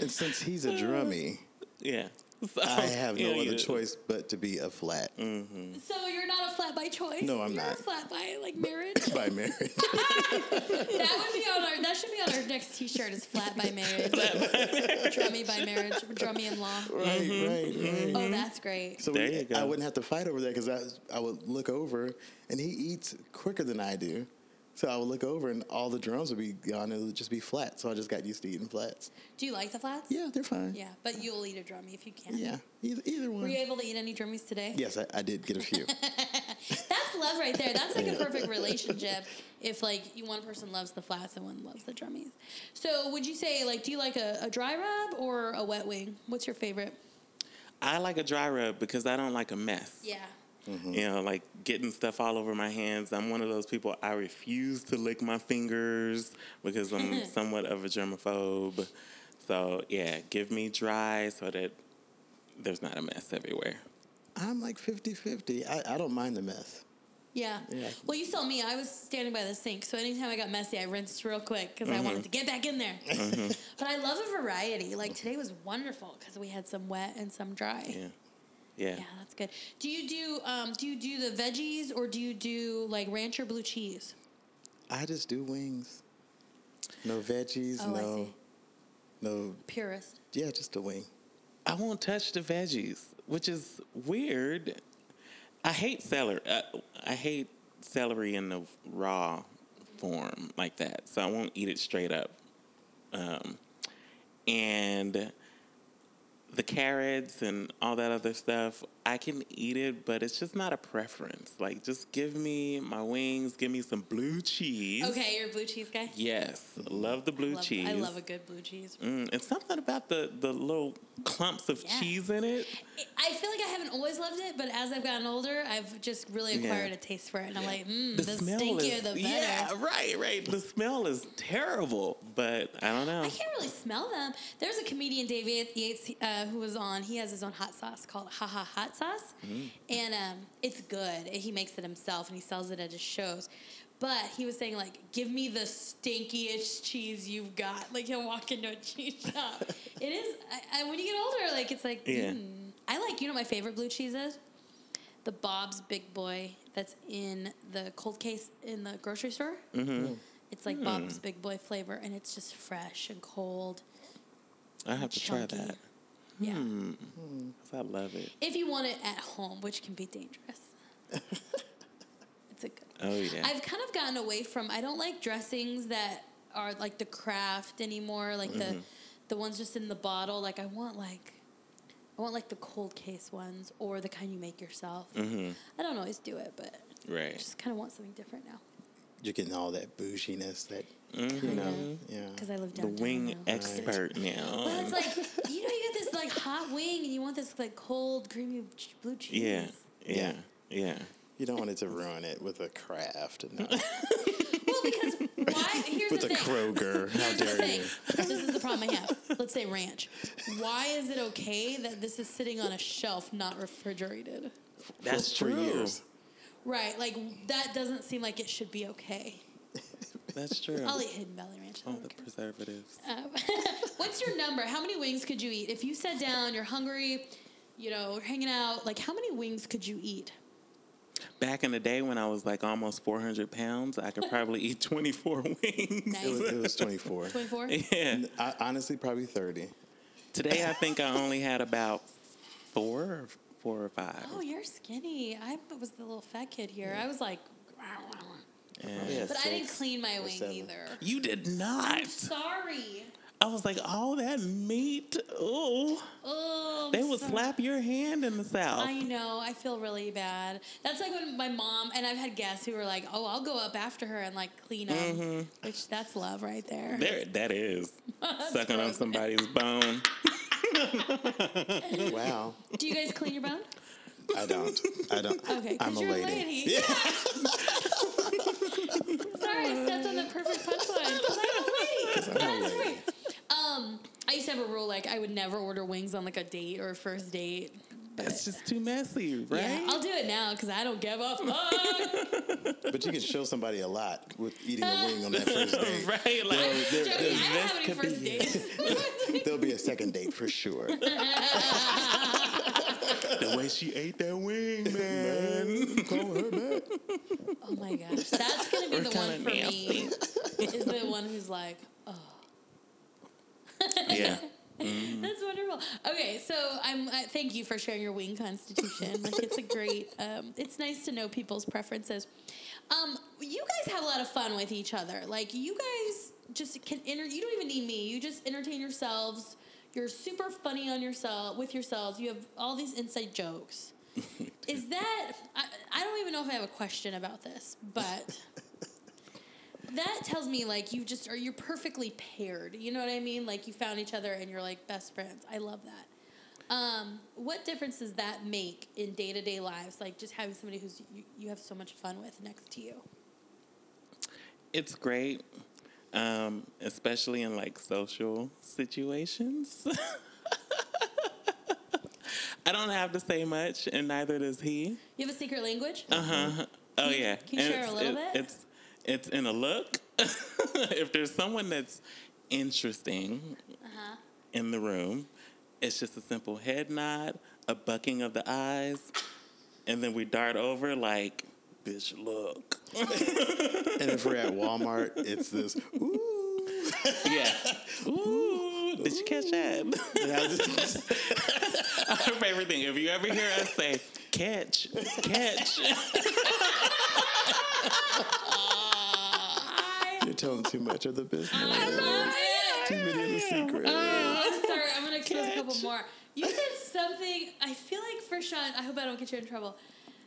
Speaker 2: and since he's a drummy,
Speaker 1: Yeah. So,
Speaker 2: I have no
Speaker 1: yeah,
Speaker 2: other
Speaker 1: Oh, yeah. Mm.
Speaker 2: choice but to be a flat
Speaker 3: So you're not a flat by choice.
Speaker 2: No, I'm
Speaker 3: you're
Speaker 2: not.
Speaker 3: a flat by like marriage.
Speaker 2: by marriage.
Speaker 1: Mm-hmm,
Speaker 3: that would be on our. That should be on our next T-shirt. Is flat by marriage. drummy by marriage. Drummy in law.
Speaker 2: right, right, right.
Speaker 3: Oh, that's great.
Speaker 2: Mm-hmm.
Speaker 1: mm-hmm.
Speaker 2: So
Speaker 1: There
Speaker 2: we-
Speaker 1: you go.
Speaker 2: I wouldn't have to fight over that because I, I would look over and he eats quicker than I do. So I would look over and all the drums would be gone. It would just be flat. So I just got used to eating flats.
Speaker 3: Do you like the flats?
Speaker 2: Yeah, they're fine.
Speaker 3: Yeah, but you'll eat a drummy if you can.
Speaker 2: Yeah, either, either
Speaker 3: Were
Speaker 2: one.
Speaker 3: you able to eat any drummies today?
Speaker 2: Yes, I, I did get a few.
Speaker 3: That's love right there. That's like a perfect relationship. If like you one person loves the flats and one loves the drummies. So would you say like do you like a, a dry rub or a wet wing? What's your favorite?
Speaker 1: I like a dry rub because I don't like a mess.
Speaker 3: Yeah.
Speaker 2: Mm-hmm.
Speaker 1: You know, like getting stuff all over my hands. I'm one of those people. I refuse to lick my fingers because I'm somewhat of a germaphobe. So yeah, give me dry so that there's not a mess everywhere.
Speaker 2: I'm like 50 50. I, I don't mind the mess.
Speaker 3: Yeah.
Speaker 2: Yeah.
Speaker 3: Well, you saw me. I was standing by the sink, so anytime I got messy, I rinsed real quick because
Speaker 1: Mm-hmm.
Speaker 3: I wanted to get back in there. but I love a variety. Like today was wonderful because we had some wet and some dry.
Speaker 1: Yeah, yeah.
Speaker 3: Yeah, that's good. Do you do um, do you do the veggies or do you do like ranch or blue cheese?
Speaker 2: I just do wings. No veggies,
Speaker 3: Oh, I
Speaker 2: no,
Speaker 3: see.
Speaker 2: no,
Speaker 3: Purist.
Speaker 2: yeah, just a wing.
Speaker 1: I won't touch the veggies, which is weird. I hate celery. Uh, I hate celery in the raw form like that, so I won't eat it straight up. Um, and the carrots and all that other stuff, I can eat it, but it's just not a preference. Like, just give me my wings, give me some blue cheese.
Speaker 3: Okay, you're a blue cheese guy.
Speaker 1: Yes, love the blue
Speaker 3: Love-
Speaker 1: cheese.
Speaker 3: I love a good blue cheese.
Speaker 1: Mm, it's something about the, the little clumps of
Speaker 3: Yeah.
Speaker 1: cheese in it.
Speaker 3: I feel like I haven't always loved it, but as I've gotten older, I've just really
Speaker 1: Yeah.
Speaker 3: acquired a taste for it, and I'm like, mm,
Speaker 1: The,
Speaker 3: the,
Speaker 1: smell
Speaker 3: stinkier
Speaker 1: is
Speaker 3: the better.
Speaker 1: yeah, right, right. The smell is terrible, but I don't know.
Speaker 3: I can't really smell them. There's a comedian, David Yates, uh, who was on. He has his own hot sauce called Ha Ha Hot Sauce, and um, it's good. He makes it himself and he sells it at his shows. But he was saying like, "Give me the stinkiest cheese you've got." Like he'll walk into a cheese shop. it is. I, I, when you get older, like it's like.
Speaker 1: Yeah.
Speaker 3: mm. I like. You know, what my favorite blue cheese is the Bob's Big Boy that's in the cold case in the grocery store.
Speaker 1: Mm-hmm.
Speaker 3: It's like
Speaker 1: Mm.
Speaker 3: Bob's Big Boy flavor, and it's just fresh and cold.
Speaker 1: I have to try
Speaker 3: chunky.
Speaker 1: that. Mm.
Speaker 3: Yeah.
Speaker 1: I love it.
Speaker 3: If you want it at home, which can be dangerous. it's a good.
Speaker 1: Oh yeah.
Speaker 3: I've kind of gotten away from. I don't like dressings that are like the craft anymore. Like
Speaker 1: Mm-hmm.
Speaker 3: the the ones just in the bottle. Like I want like I want like the cold case ones or the kind you make yourself.
Speaker 1: Mm-hmm.
Speaker 3: I don't always do it, but I
Speaker 1: right.
Speaker 3: just kind of want something different now
Speaker 2: You're getting all that bouginess, that you know, yeah.
Speaker 3: because I live
Speaker 1: Mm-hmm. The
Speaker 3: downtown.
Speaker 1: wing
Speaker 3: now.
Speaker 1: expert now.
Speaker 3: Well, it's like you know, you get this like hot wing, and you want this like cold, creamy ch- blue cheese.
Speaker 1: yeah, yeah, yeah.
Speaker 2: You don't want it to ruin it with a craft and not
Speaker 3: Well, because why? Here's
Speaker 2: with
Speaker 3: the
Speaker 2: a
Speaker 3: thing.
Speaker 2: Kroger. How
Speaker 3: Here's the
Speaker 2: dare
Speaker 3: thing.
Speaker 2: you?
Speaker 3: This is the problem I have. Let's say ranch. Why is it okay that this is sitting on a shelf, not refrigerated?
Speaker 1: That's
Speaker 2: for
Speaker 1: true.
Speaker 2: years.
Speaker 3: Right, like that doesn't seem like it should be okay.
Speaker 1: That's true.
Speaker 3: I'll eat Hidden Valley Ranch. I
Speaker 1: All
Speaker 3: don't
Speaker 1: the
Speaker 3: care.
Speaker 1: preservatives.
Speaker 3: Um, what's your number? How many wings could you eat if you sat down? You're hungry. You know, you're hanging out. Like, how many wings could you eat?
Speaker 1: Back in the day when I was like almost 400 pounds, I could probably eat 24 wings.
Speaker 2: It was,
Speaker 3: Nice.
Speaker 2: it was 24.
Speaker 3: Twenty-four.
Speaker 1: Yeah.
Speaker 2: I, honestly, probably 30.
Speaker 1: Today I think I only had about four, or four or five.
Speaker 3: Oh, you're skinny. I was the little fat kid here. I was like, "Wow, wow, wow."
Speaker 1: And-
Speaker 2: Yeah,
Speaker 3: but I didn't
Speaker 2: six
Speaker 3: clean my
Speaker 2: or
Speaker 3: wing
Speaker 2: seven.
Speaker 3: either.
Speaker 1: You did not.
Speaker 3: Sorry.
Speaker 1: I was like, all that meat. Oh,
Speaker 3: Oh, I'm
Speaker 1: they would
Speaker 3: sorry.
Speaker 1: slap your hand in the south.
Speaker 3: I know. I feel really bad. That's like when my mom and I've had guests who were like, "Oh, I'll go up after her and like clean up," which that's love right there.
Speaker 1: There, that is sucking on somebody's bone.
Speaker 2: Wow.
Speaker 3: Do you guys clean your bone?
Speaker 2: I don't. I don't.
Speaker 3: Okay,
Speaker 2: I'm
Speaker 3: because
Speaker 2: a
Speaker 3: you're
Speaker 2: lady.
Speaker 3: a lady. Yeah. Sorry, I stepped on the perfect punchline. 'cause I'm a lady.
Speaker 2: I'm a
Speaker 3: That's
Speaker 2: lady.
Speaker 3: right. Um, I used to have a rule like I would never order wings on like a date or a first date.
Speaker 1: That's just too messy, right?
Speaker 3: Yeah, I'll do it now because I don't give a fuck.
Speaker 2: But you can show somebody a lot with eating a wing on that first date.
Speaker 1: right, like
Speaker 3: I'm
Speaker 2: there-
Speaker 3: joking. I
Speaker 2: there's-
Speaker 3: don't have any
Speaker 1: could
Speaker 3: first
Speaker 1: be-
Speaker 3: dates.
Speaker 2: There'll be a second date for sure.
Speaker 1: the way she ate that wing, man.
Speaker 2: Call her back.
Speaker 3: Oh my gosh, that's gonna be
Speaker 1: We're
Speaker 3: the one
Speaker 1: kinda
Speaker 3: for me. Is the one who's like, oh,
Speaker 1: yeah, Mm.
Speaker 3: that's wonderful. Okay, so I'm. I thank you for sharing your wing constitution. Like it's a great. Um, it's nice to know people's preferences. Um, you guys have a lot of fun with each other. Like you guys just can enter. You don't even need me. You just entertain yourselves. You're super funny on yourself with yourselves. You have all these inside jokes. Is that I, I don't even know if I have a question about this, but that tells me like you just are you're perfectly paired. You know what I mean? Like you found each other and you're like best friends. I love that. Um, what difference does that make in day to day lives? Like just having somebody who's you, you have so much fun with next to you.
Speaker 1: it's great, um, especially in like social situations. I don't have to say much, and neither does he.
Speaker 3: You have a secret language.
Speaker 1: Oh yeah.
Speaker 3: can you
Speaker 1: And
Speaker 3: share a
Speaker 1: it's-
Speaker 3: little
Speaker 1: it-
Speaker 3: bit?
Speaker 1: It's it's in a look. if there's someone that's interesting
Speaker 3: Uh-huh.
Speaker 1: in the room, it's just a simple head nod, a bucking of the eyes, and then we dart over like, bitch, look.
Speaker 2: And if we're at Walmart, it's this. Ooh.
Speaker 1: yeah. Ooh, did you catch that? Our favorite thing. If you ever hear us say, catch, catch.
Speaker 3: I,
Speaker 2: You're telling too much of the business.
Speaker 3: I love it.
Speaker 2: Too many of the secrets.
Speaker 3: I'm sorry. I'm gonna expose a couple more. You said something. I feel like for Sean. I hope I don't get you in trouble.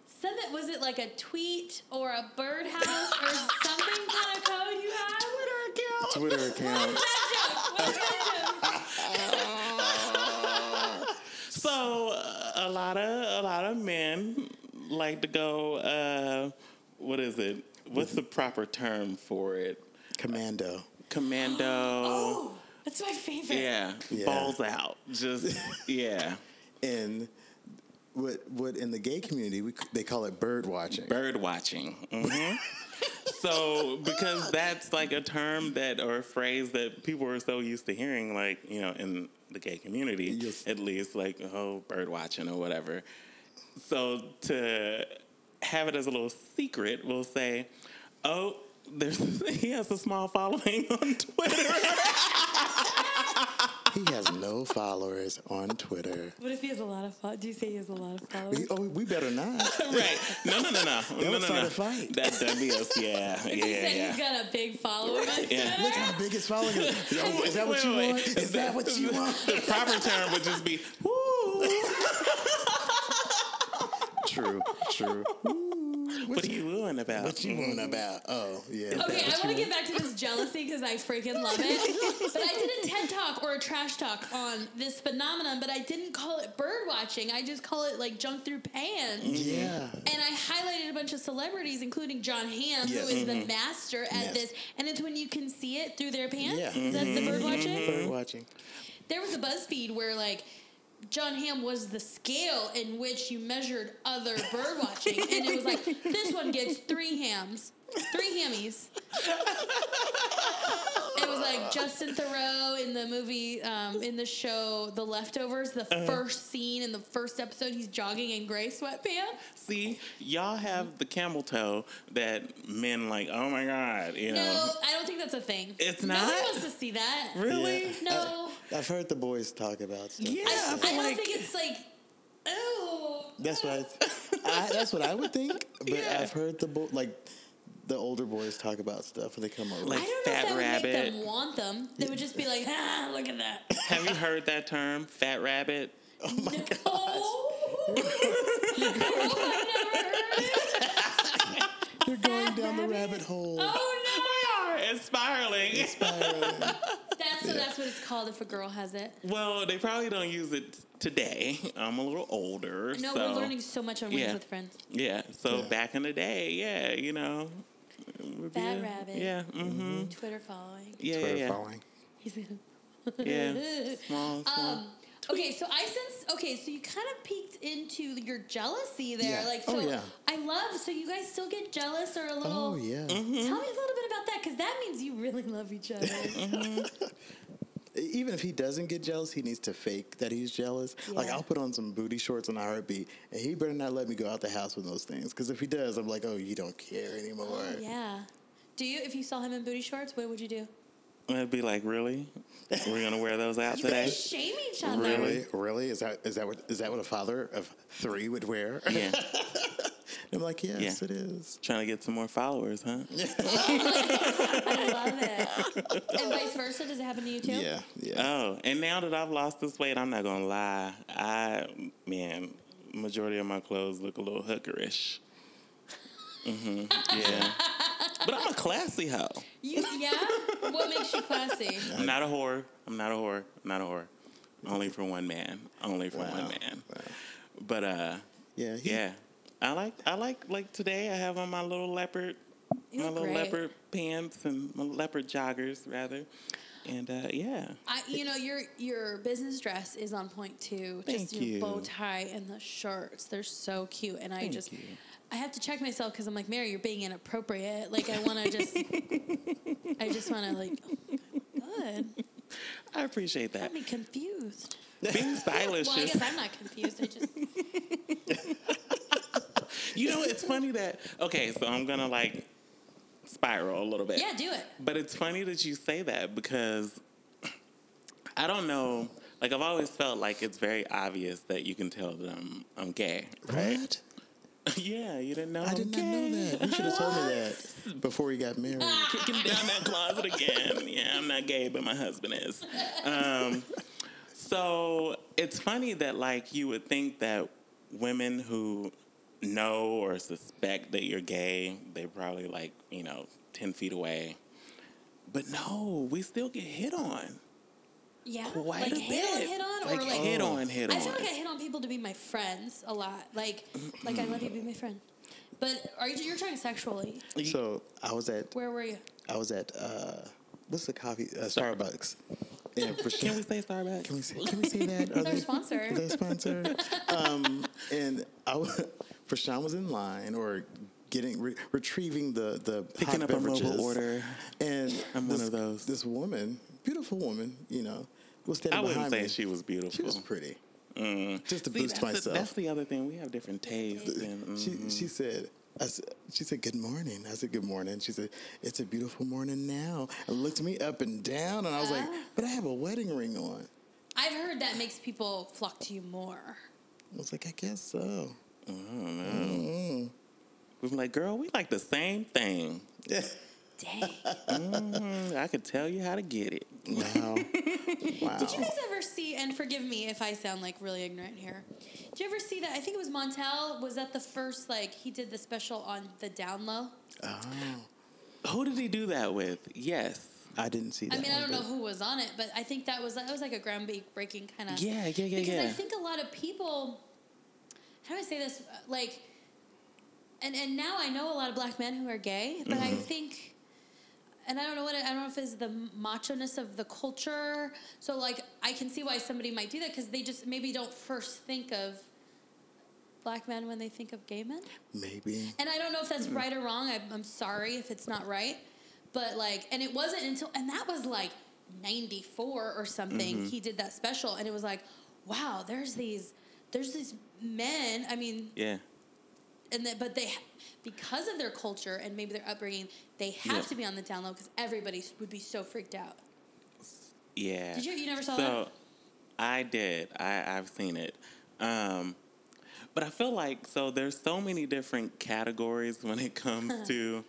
Speaker 3: Said that was it like a tweet or a birdhouse or something kind of code you had?
Speaker 2: Twitter
Speaker 3: What was
Speaker 2: account.
Speaker 3: that joke? What was that joke?
Speaker 1: So uh, a lot of a lot of men like to go. Uh, what is it? What's the proper term for it?
Speaker 2: Commando.
Speaker 1: Commando.
Speaker 4: Oh, that's my favorite.
Speaker 1: yeah.
Speaker 2: Yeah.
Speaker 1: balls out. Just yeah,
Speaker 2: And what what in the gay community we, c- they call it bird watching.
Speaker 1: bird watching. hmm so because that's like a term that or a phrase that people are so used to hearing, like you know, in the gay community,
Speaker 2: Yes.
Speaker 1: at least, like oh, bird watching or whatever. So to have it as a little secret, we'll say, oh, there's he has a small following on Twitter.
Speaker 2: He has no followers on Twitter.
Speaker 4: What if he has a lot of followers? Do you say he has a lot of followers?
Speaker 2: We- oh, we better not.
Speaker 1: right? No, no, no, no, no, no,
Speaker 2: would start
Speaker 1: no.
Speaker 2: a fight.
Speaker 1: That that'd be us. Yeah, yeah,
Speaker 3: He said
Speaker 1: yeah.
Speaker 3: he's got a big following.
Speaker 1: yeah.
Speaker 2: Look how big his following is. Oh, is that what
Speaker 1: Wait,
Speaker 2: you
Speaker 1: wait,
Speaker 2: want?
Speaker 1: wait.
Speaker 2: Is that what you want?
Speaker 1: The proper term would just be woo.
Speaker 2: True, true.
Speaker 1: What are you wooing about?
Speaker 2: What you want about? Oh, yeah.
Speaker 3: Okay, I want to get back to this jealousy because I freaking love it. but I did a TED talk or a trash talk on this phenomenon, but I didn't call it bird watching. I just call it like junk through pants.
Speaker 2: Yeah.
Speaker 3: And I highlighted a bunch of celebrities, including John Hamm,
Speaker 2: Yes. Mm-hmm.
Speaker 3: who is the master at
Speaker 2: Yes.
Speaker 3: this. And it's when you can see it through their pants.
Speaker 2: Yeah. Mm-hmm.
Speaker 3: Is that the bird watching?
Speaker 2: Bird watching.
Speaker 3: There was a BuzzFeed where like John Hamm was the scale in which you measured other bird watching, and it was like this one gets three hams, three hammies. It was like Justin Thoreau in the movie, um, in the show The Leftovers. The
Speaker 1: Uh-huh.
Speaker 3: first scene in the first episode, he's jogging in gray sweatpants.
Speaker 1: See, y'all have the camel toe that men like. Oh my god, you
Speaker 3: No,
Speaker 1: know.
Speaker 3: I don't think that's a thing.
Speaker 1: It's
Speaker 3: No
Speaker 1: not?
Speaker 3: one wants to see that.
Speaker 1: Really?
Speaker 3: No,
Speaker 2: I've heard the boys talk about stuff.
Speaker 1: Yeah,
Speaker 3: I,
Speaker 1: I
Speaker 3: I
Speaker 1: feel
Speaker 3: don't
Speaker 1: like-
Speaker 3: think it's like. oh. Ew.
Speaker 2: That's what I, I that's what I would think. But
Speaker 1: Yeah.
Speaker 2: I've heard the bo- like the older boys talk about stuff when they come over.
Speaker 1: Like-
Speaker 3: I don't know if
Speaker 1: Fat
Speaker 3: that would make them
Speaker 1: Rabbit.
Speaker 3: want them. They would just be like, ah, look at that.
Speaker 1: Have you heard that term, fat rabbit?
Speaker 3: Oh, I've never heard it.
Speaker 2: You're going down the rabbit hole.
Speaker 3: Oh
Speaker 1: It's spiraling.
Speaker 2: Byron.
Speaker 3: no! That's so. That's what it's called if a girl has it.
Speaker 1: Well, they probably don't use it today. I'm a little older.
Speaker 3: No,
Speaker 1: so.
Speaker 3: we're learning so much on Wings
Speaker 1: yeah.
Speaker 3: with Friends.
Speaker 1: Yeah. So
Speaker 2: Yeah.
Speaker 1: back in the day, yeah, you know. it would be
Speaker 3: Fat
Speaker 1: a-
Speaker 3: rabbit.
Speaker 1: Yeah. Mm-hmm.
Speaker 3: Twitter following.
Speaker 1: Yeah.
Speaker 2: Bird
Speaker 1: Yeah.
Speaker 2: following.
Speaker 3: He's gonna.
Speaker 1: Yeah. yeah. Small. Small.
Speaker 3: Um, okay, so I sense. Okay, so you kind of peeked into your jealousy there.
Speaker 2: Yeah.
Speaker 3: Like, so
Speaker 2: Oh, yeah.
Speaker 3: I love. So you guys still get jealous or a little?
Speaker 2: Oh yeah.
Speaker 3: Tell me a little bit about that, because that means you really love each other.
Speaker 2: Even if he doesn't get jealous, he needs to fake that he's jealous. Like
Speaker 3: Yeah.
Speaker 2: I'll put on some booty shorts on a heartbeat, and he better not let me go out the house with those things. Because if he does, I'm like, oh, you don't care anymore.
Speaker 3: Oh, yeah. Do you? If you saw him in booty shorts, what would you do?
Speaker 1: I'd be like, really? We're gonna wear those out
Speaker 3: You
Speaker 1: today?
Speaker 3: guys shame each other.
Speaker 2: Really, really? Is that is that what is that what a father of three would wear?
Speaker 1: Yeah.
Speaker 2: I'm like, yes, it is.
Speaker 1: Trying to get some more followers, huh?
Speaker 3: I love it. and vice versa. Does it happen to you too?
Speaker 2: Yeah, yeah.
Speaker 1: Oh, and now that I've lost this weight, I'm not gonna lie. I man, majority of my clothes look a little hookerish. hmm Yeah. but I'm a classy hoe.
Speaker 3: You, yeah. What makes you classy?
Speaker 1: I'm not a whore. I'm not a whore. I'm not a whore. Only for one man. Only for
Speaker 2: Wow.
Speaker 1: one Oh, man.
Speaker 2: Wow.
Speaker 1: But uh
Speaker 2: Yeah, he-
Speaker 1: yeah. I like I like like today I have on my little leopard
Speaker 3: You
Speaker 1: my
Speaker 3: look
Speaker 1: little
Speaker 3: great.
Speaker 1: leopard pants and my leopard joggers rather. And uh yeah.
Speaker 3: I, you know, your your business dress is on point too.
Speaker 1: Thank
Speaker 3: Just your
Speaker 1: you.
Speaker 3: bow tie and the shorts. They're so cute. And I
Speaker 1: Thank
Speaker 3: just
Speaker 1: you.
Speaker 3: I have to check myself because I'm like, Mary, you're being inappropriate. Like I wanna just I just wanna like good.
Speaker 1: I appreciate that.
Speaker 3: Got me confused.
Speaker 1: Being stylish
Speaker 3: Well, I
Speaker 1: is
Speaker 3: guess I'm not confused. I just
Speaker 1: You know, it's funny that okay, so I'm gonna like spiral a little bit.
Speaker 3: Yeah, do it.
Speaker 1: But it's funny that you say that because I don't know. Like I've always felt like it's very obvious that you can tell that I'm I'm gay.
Speaker 2: Right?
Speaker 1: yeah, you didn't know.
Speaker 2: I
Speaker 1: I'm
Speaker 2: did not
Speaker 1: gay?
Speaker 2: know that. You should have told me that before we got married.
Speaker 1: Kicking down that closet again. Yeah, I'm not gay, but my husband is. Um, so it's funny that like you would think that women who know or suspect that you're gay, they probably like you know ten feet away. But no, we still get hit on.
Speaker 3: Yeah,
Speaker 1: Quite
Speaker 3: like
Speaker 1: a
Speaker 3: hit on,
Speaker 1: bit.
Speaker 3: hit on,
Speaker 1: Like,
Speaker 3: or like
Speaker 1: hit on, hit
Speaker 3: I feel
Speaker 1: on.
Speaker 3: like I hit on people to be my friends a lot. Like, like I love you, be my friend. But are you? You're trying sexually.
Speaker 2: So I was at
Speaker 3: Where were you?
Speaker 2: I was at uh, what's the coffee uh, Starbucks. Yeah, for sure.
Speaker 1: Can we say Starbucks?
Speaker 2: Can we say, can we say that? Are
Speaker 3: our
Speaker 2: they-
Speaker 3: sponsor.
Speaker 2: Their sponsor. um, and I, wa- Prashan was in line or getting re- retrieving the the
Speaker 1: Picking
Speaker 2: hot
Speaker 1: up a mobile
Speaker 2: beverages.
Speaker 1: order.
Speaker 2: And
Speaker 1: I'm
Speaker 2: this,
Speaker 1: one of those.
Speaker 2: This woman, beautiful woman, you know, was standing
Speaker 1: I wouldn't
Speaker 2: behind
Speaker 1: say
Speaker 2: me.
Speaker 1: she was beautiful. Mm.
Speaker 2: She was pretty. Just to
Speaker 1: See,
Speaker 2: boost
Speaker 1: that's The, that's
Speaker 2: myself.
Speaker 1: the other thing. We have different tastes. And,
Speaker 2: she
Speaker 3: Mm-hmm.
Speaker 1: mhm.
Speaker 2: she said. I s- she said, "Good morning." I said, "Good morning." She said, "It's a beautiful morning now." And looked me up and down, and I was like,
Speaker 3: Uh-huh.
Speaker 2: "But I have a wedding ring on."
Speaker 3: I've heard that makes people flock to you more.
Speaker 2: I was like, "I guess so."
Speaker 1: We're like, girl, we like the same thing. Hmm,
Speaker 3: Dang.
Speaker 1: I could tell you how to get it.
Speaker 2: Wow. wow.
Speaker 3: Did you guys ever see? And forgive me if I sound like really ignorant here. Did you ever see that? I think it was Montel. Was that the first like he did the special on the down low?
Speaker 1: Who did he do that with? Yes.
Speaker 2: Oh. I didn't see that.
Speaker 3: I mean,
Speaker 2: one,
Speaker 3: I don't know
Speaker 2: but-
Speaker 3: who was on it, but I think that was that was like a groundbreaking kind of.
Speaker 1: Yeah, yeah, yeah,
Speaker 3: Because I
Speaker 1: yeah.
Speaker 3: think a lot of people. How do I say this? Uh, Like, and and now I know a lot of black men who are gay, but I think. And I don't know what it, I don't know if it's the macho ness of the culture. So like I can see why somebody might do that because they just maybe don't first think of black men when they think of gay men.
Speaker 2: Maybe.
Speaker 3: And I don't know if that's right or wrong. I, I'm sorry if it's not right. But like, and it wasn't until, and that was like 94 or something, he did that special. And it was like, wow, there's these, there's these men. I mean,
Speaker 1: Yeah.
Speaker 3: and that, but they, ha- because of their culture and maybe their upbringing, they have
Speaker 1: Yeah.
Speaker 3: to be on the down low because everybody s- would be so freaked out.
Speaker 1: Yeah.
Speaker 3: Did you- you never saw
Speaker 1: so, I did. I, I've seen it. Um, but I feel like so there's so many different categories when it comes to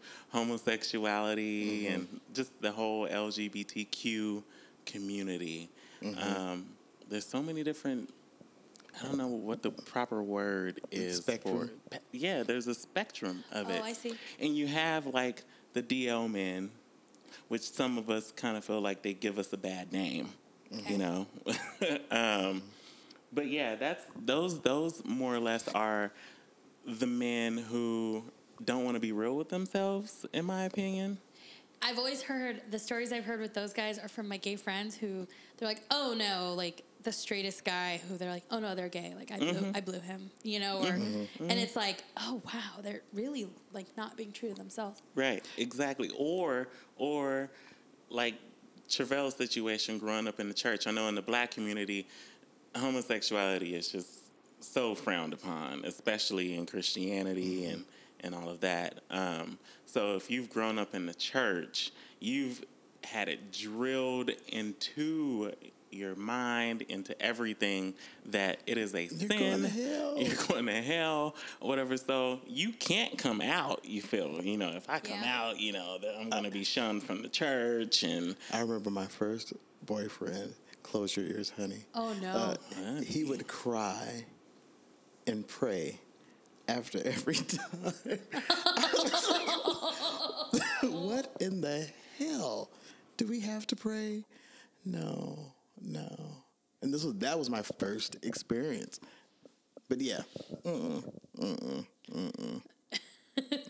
Speaker 1: homosexuality and just the whole LGBTQ community. Um, there's so many different. I don't know what the proper word is for.
Speaker 2: spectrum.
Speaker 1: it. Yeah, there's a spectrum of
Speaker 3: Oh,
Speaker 1: it.
Speaker 3: I see.
Speaker 1: And you have like the DL men, which some of us kind of feel like they give us a bad name,
Speaker 3: Okay.
Speaker 1: you know. um, but yeah, that's those those more or less are the men who don't want to be real with themselves, in my opinion.
Speaker 3: I've always heard the stories I've heard with those guys are from my gay friends who they're like, oh no, like the straightest guy who they're like, oh no, they're gay. Like I blew, I blew him, you know, or and it's like, oh wow, they're really like not being true to themselves.
Speaker 1: Right, exactly. Or or like Travel's situation growing up in the church. I know in the black community, homosexuality is just so frowned upon, especially in Christianity
Speaker 2: Mm-hmm.
Speaker 1: and and all of that. Um, so if you've grown up in the church, you've had it drilled into your mind, into everything that it is a
Speaker 2: You're
Speaker 1: sin.
Speaker 2: going to hell.
Speaker 1: You're going to hell or whatever. So you can't come out. You feel, you know, if I come
Speaker 3: Yeah.
Speaker 1: out, you know, that I'm going to be shunned from the church and
Speaker 2: I remember my first boyfriend. Close your ears, honey.
Speaker 3: Oh no,
Speaker 2: Uh, he would cry and pray after every time. what in the hell? Do we have to pray? No, no. And this was that was my first experience. But yeah, mm-mm, mm-mm, mm-mm.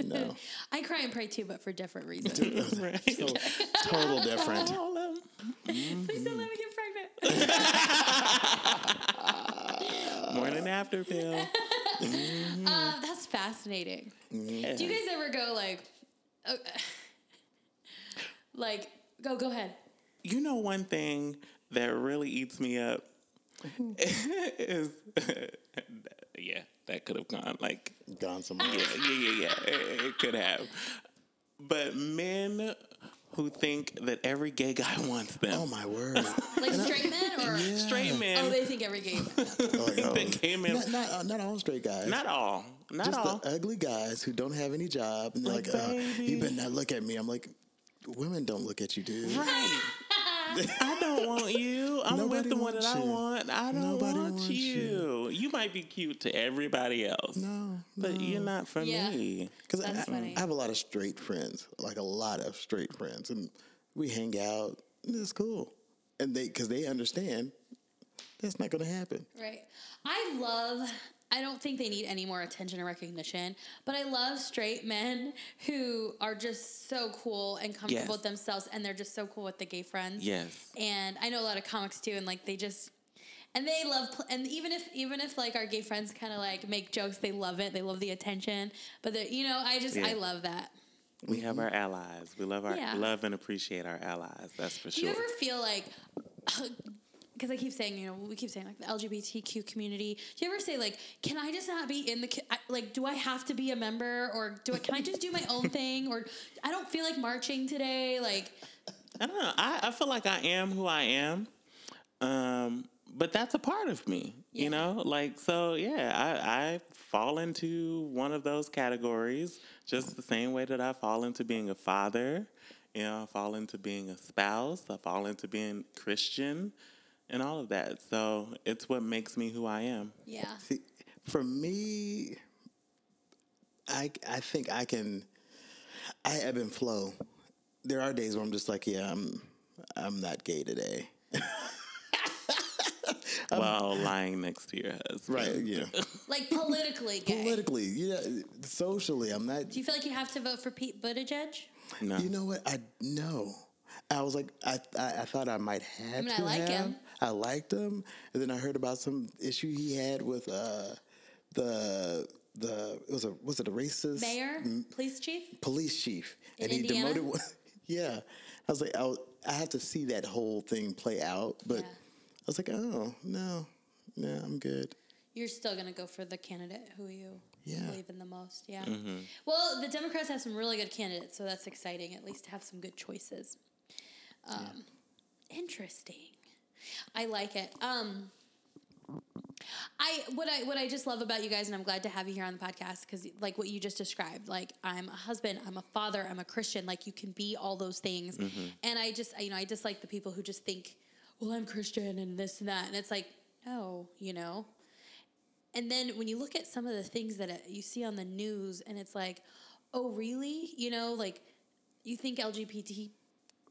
Speaker 2: no,
Speaker 3: I cry and pray too, but for different reasons.
Speaker 1: right?
Speaker 2: So, total different.
Speaker 3: Please don't let me get pregnant.
Speaker 1: morning after pill.
Speaker 3: uh, that's fascinating. Do you guys ever go like, uh, like go go ahead?
Speaker 1: You know, one thing that really eats me up is, yeah, that could have gone like,
Speaker 2: Gone somewhere.
Speaker 1: yeah, yeah, yeah, yeah, it, it could have. but men who think that every gay guy wants them.
Speaker 2: Oh my word!
Speaker 3: Like straight men or
Speaker 1: Straight men
Speaker 3: oh, they think every gay.
Speaker 1: think that gay men.
Speaker 2: Oh, not, not, uh, not all straight guys.
Speaker 1: Not all. Not
Speaker 2: just
Speaker 1: all.
Speaker 2: the ugly guys who don't have any job and they're like,
Speaker 1: Like,
Speaker 2: uh, you
Speaker 1: baby.
Speaker 2: better not look at me. I'm like, women don't look at you, dude.
Speaker 1: right. I don't want you. I'm
Speaker 2: Nobody
Speaker 1: with the one
Speaker 2: wants
Speaker 1: that I
Speaker 2: you.
Speaker 1: want. I don't
Speaker 2: Nobody
Speaker 1: want
Speaker 2: wants
Speaker 1: you. you. might be cute to everybody else.
Speaker 2: No,
Speaker 1: But you're not for
Speaker 3: Yeah.
Speaker 1: me.
Speaker 2: because I,
Speaker 3: That's funny.
Speaker 2: I have a lot of straight friends, like a lot of straight friends, and we hang out. and It's cool, and they because they understand that's not going to happen.
Speaker 3: Right. I love. I don't think they need any more attention or recognition, but I love straight men who are just so cool and comfortable
Speaker 1: Yes.
Speaker 3: with themselves, and they're just so cool with the gay friends.
Speaker 1: Yes.
Speaker 3: And I know a lot of comics too, and like they just. And they love, pl- and even if even if like our gay friends kind of like make jokes, they love it. They love the attention, but they you know, I just I
Speaker 1: Yeah.
Speaker 3: love that.
Speaker 1: We
Speaker 2: Mm-hmm.
Speaker 1: have our allies. We love our
Speaker 3: Yeah.
Speaker 1: love and appreciate our allies. That's for
Speaker 3: Do
Speaker 1: sure.
Speaker 3: you ever feel like, because I keep saying, you know, we keep saying like the LGBTQ community. Do you ever say like, can I just not be in the co- I- like? Do I have to be a member, or do I can I just do my own thing, or I don't feel like marching today? Like,
Speaker 1: I don't know. I, I feel like I am who I am. Um, but that's a part of me,
Speaker 3: Yeah.
Speaker 1: you know? Like, so yeah, I, I fall into one of those categories just the same way that I fall into being a father, you know, I fall into being a spouse, I fall into being Christian and all of that. So it's what makes me who I am.
Speaker 3: yeah,
Speaker 2: See, for me, I I think I can. I ebb and flow. There are days where I'm just like, yeah, I'm I'm not gay today.
Speaker 3: Um,
Speaker 1: while lying next to your husband.
Speaker 2: Right. Yeah.
Speaker 3: like politically gay.
Speaker 2: Politically, yeah. Socially, I'm not.
Speaker 3: do you feel like you have to vote for Pete Buttigieg?
Speaker 1: No.
Speaker 2: You know what? I know. I was like, I, I, I thought I might have.
Speaker 3: mean, I
Speaker 2: to
Speaker 3: like
Speaker 2: have.
Speaker 3: him.
Speaker 2: I liked him, and then I heard about some issue he had with uh, the the it was a was it a racist
Speaker 3: Mayor, police chief.
Speaker 2: police chief,
Speaker 3: In
Speaker 2: and he
Speaker 3: Indiana?
Speaker 2: demoted one. yeah, I was like, I, was- I have to see that whole thing play out, but
Speaker 3: Yeah.
Speaker 2: I was like, oh no, no, I'm good.
Speaker 3: You're still gonna go for the candidate who you
Speaker 2: Yeah.
Speaker 3: believe in the most. Yeah. Well, the Democrats have some really good candidates, so that's exciting. At least to have some good choices. Um, Interesting. I like it. Um, I what I what I just love about you guys, and I'm glad to have you here on the podcast because like what you just described, like I'm a husband, I'm a father, I'm a Christian. Like you can be all those things, and I just you know I dislike the people who just think, well, I'm Christian and this and that, and it's like no, you know. And then when you look at some of the things that uh, you see on the news, and it's like, oh really? You know, like you think LGBT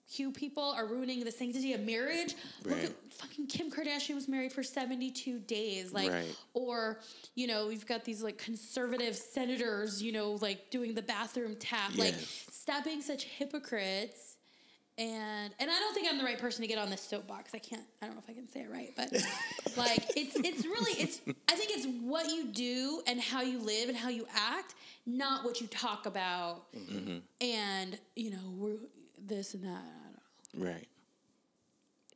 Speaker 3: Q people are ruining the sanctity of marriage. Look
Speaker 1: Right.
Speaker 3: at fucking Kim Kardashian was married for 72 days. Like
Speaker 1: Right.
Speaker 3: or, you know, we've got these like conservative senators, you know, like doing the bathroom tap. Like
Speaker 1: Yes.
Speaker 3: stop being such hypocrites. And and I don't think I'm the right person to get on this soapbox. I can't I don't know if I can say it right, but like it's it's really it's I think it's what you do and how you live and how you act, not what you talk about and you know, we're this and that. I don't know.
Speaker 1: Right.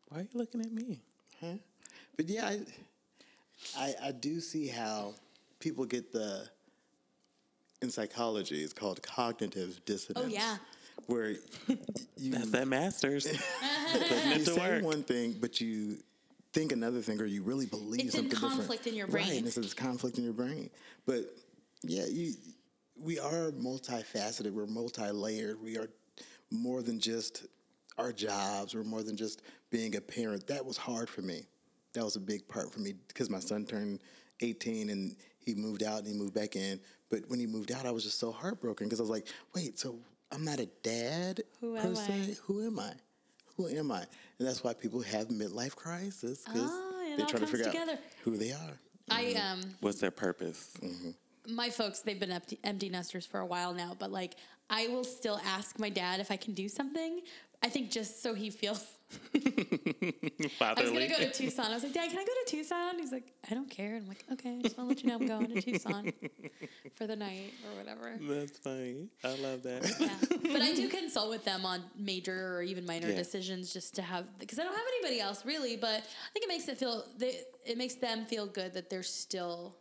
Speaker 1: Why are you looking at me?
Speaker 2: Huh? But yeah, I, I I do see how people get the in psychology it's called cognitive dissonance.
Speaker 3: Oh, yeah.
Speaker 2: Where you
Speaker 3: Mm.
Speaker 1: That's that master's.
Speaker 2: you
Speaker 1: to
Speaker 2: say
Speaker 1: work.
Speaker 2: one thing, but you think another thing, or you really believe
Speaker 3: It's in
Speaker 2: something
Speaker 3: conflict
Speaker 2: different.
Speaker 3: in your
Speaker 2: Right,
Speaker 3: brain.
Speaker 2: and it's this conflict in your brain. But yeah, you, we are multifaceted. We're multi-layered. We are more than just our jobs. We're more than just being a parent. That was hard for me. That was a big part for me because my son turned 18 and he moved out and he moved back in. But when he moved out, I was just so heartbroken because I was like, wait, so I'm not a dad
Speaker 3: Who
Speaker 2: per
Speaker 3: am
Speaker 2: se?
Speaker 3: I?
Speaker 2: Who am I? Who am I? And that's why people have midlife crisis because
Speaker 3: Ah, it
Speaker 2: they're trying
Speaker 3: all
Speaker 2: to
Speaker 3: comes
Speaker 2: figure out
Speaker 3: together.
Speaker 2: who they are.
Speaker 3: I um
Speaker 1: What's their purpose?
Speaker 3: my folks they've been empty, empty nesters for a while now, but like I will still ask my dad if I can do something. I think just so he feels. I was
Speaker 1: Fatherly.
Speaker 3: gonna go to Tucson. I was like, Dad, can I go to Tucson? He's like, I don't care. And I'm like, Okay, I just want to let you know I'm going to Tucson for the night or whatever.
Speaker 1: That's funny. I love that.
Speaker 3: Yeah. But I do consult with them on major or even minor
Speaker 1: Yeah.
Speaker 3: decisions just to have because I don't have anybody else really. But I think it makes it feel they, it makes them feel good that they're still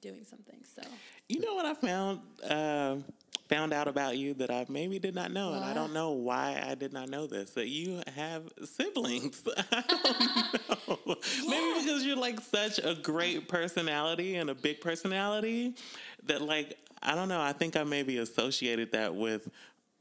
Speaker 3: doing something. So
Speaker 1: You know what I found um found out about you that I maybe did not know, and I
Speaker 3: Wow.
Speaker 1: don't know why I did not know this. That you have siblings. I don't know. Maybe because you're like such a great personality and a big personality that like I don't know. I think I maybe associated that with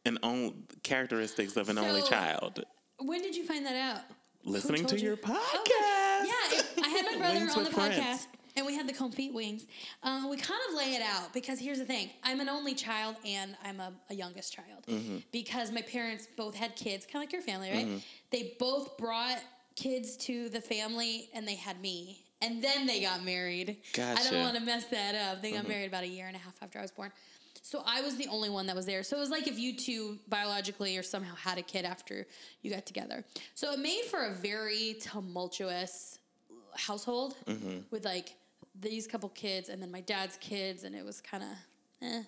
Speaker 1: an own characteristics of an only
Speaker 3: So-
Speaker 1: child.
Speaker 3: When did you find that out?
Speaker 1: Listening to
Speaker 4: told you?
Speaker 1: your podcast.
Speaker 3: Yeah, it, I had my brother
Speaker 1: Wings
Speaker 3: on the
Speaker 1: with
Speaker 3: podcast,
Speaker 1: friends.
Speaker 3: and we had the confit wings. Um, we kind of lay it out because here's the thing: I'm an only child, and I'm a, a youngest child because my parents both had kids, kind of like your family, right? They both brought kids to the family, and they had me. And then they got married. I
Speaker 1: Gotcha.
Speaker 3: don't want to mess that up. They got married about a year and a half after I was born. So I was the only one that was there. So it was like if you two biologically or somehow had a kid after you got together. So it made for a very tumultuous household with like these couple kids and then my dad's kids, and it was kind of eh.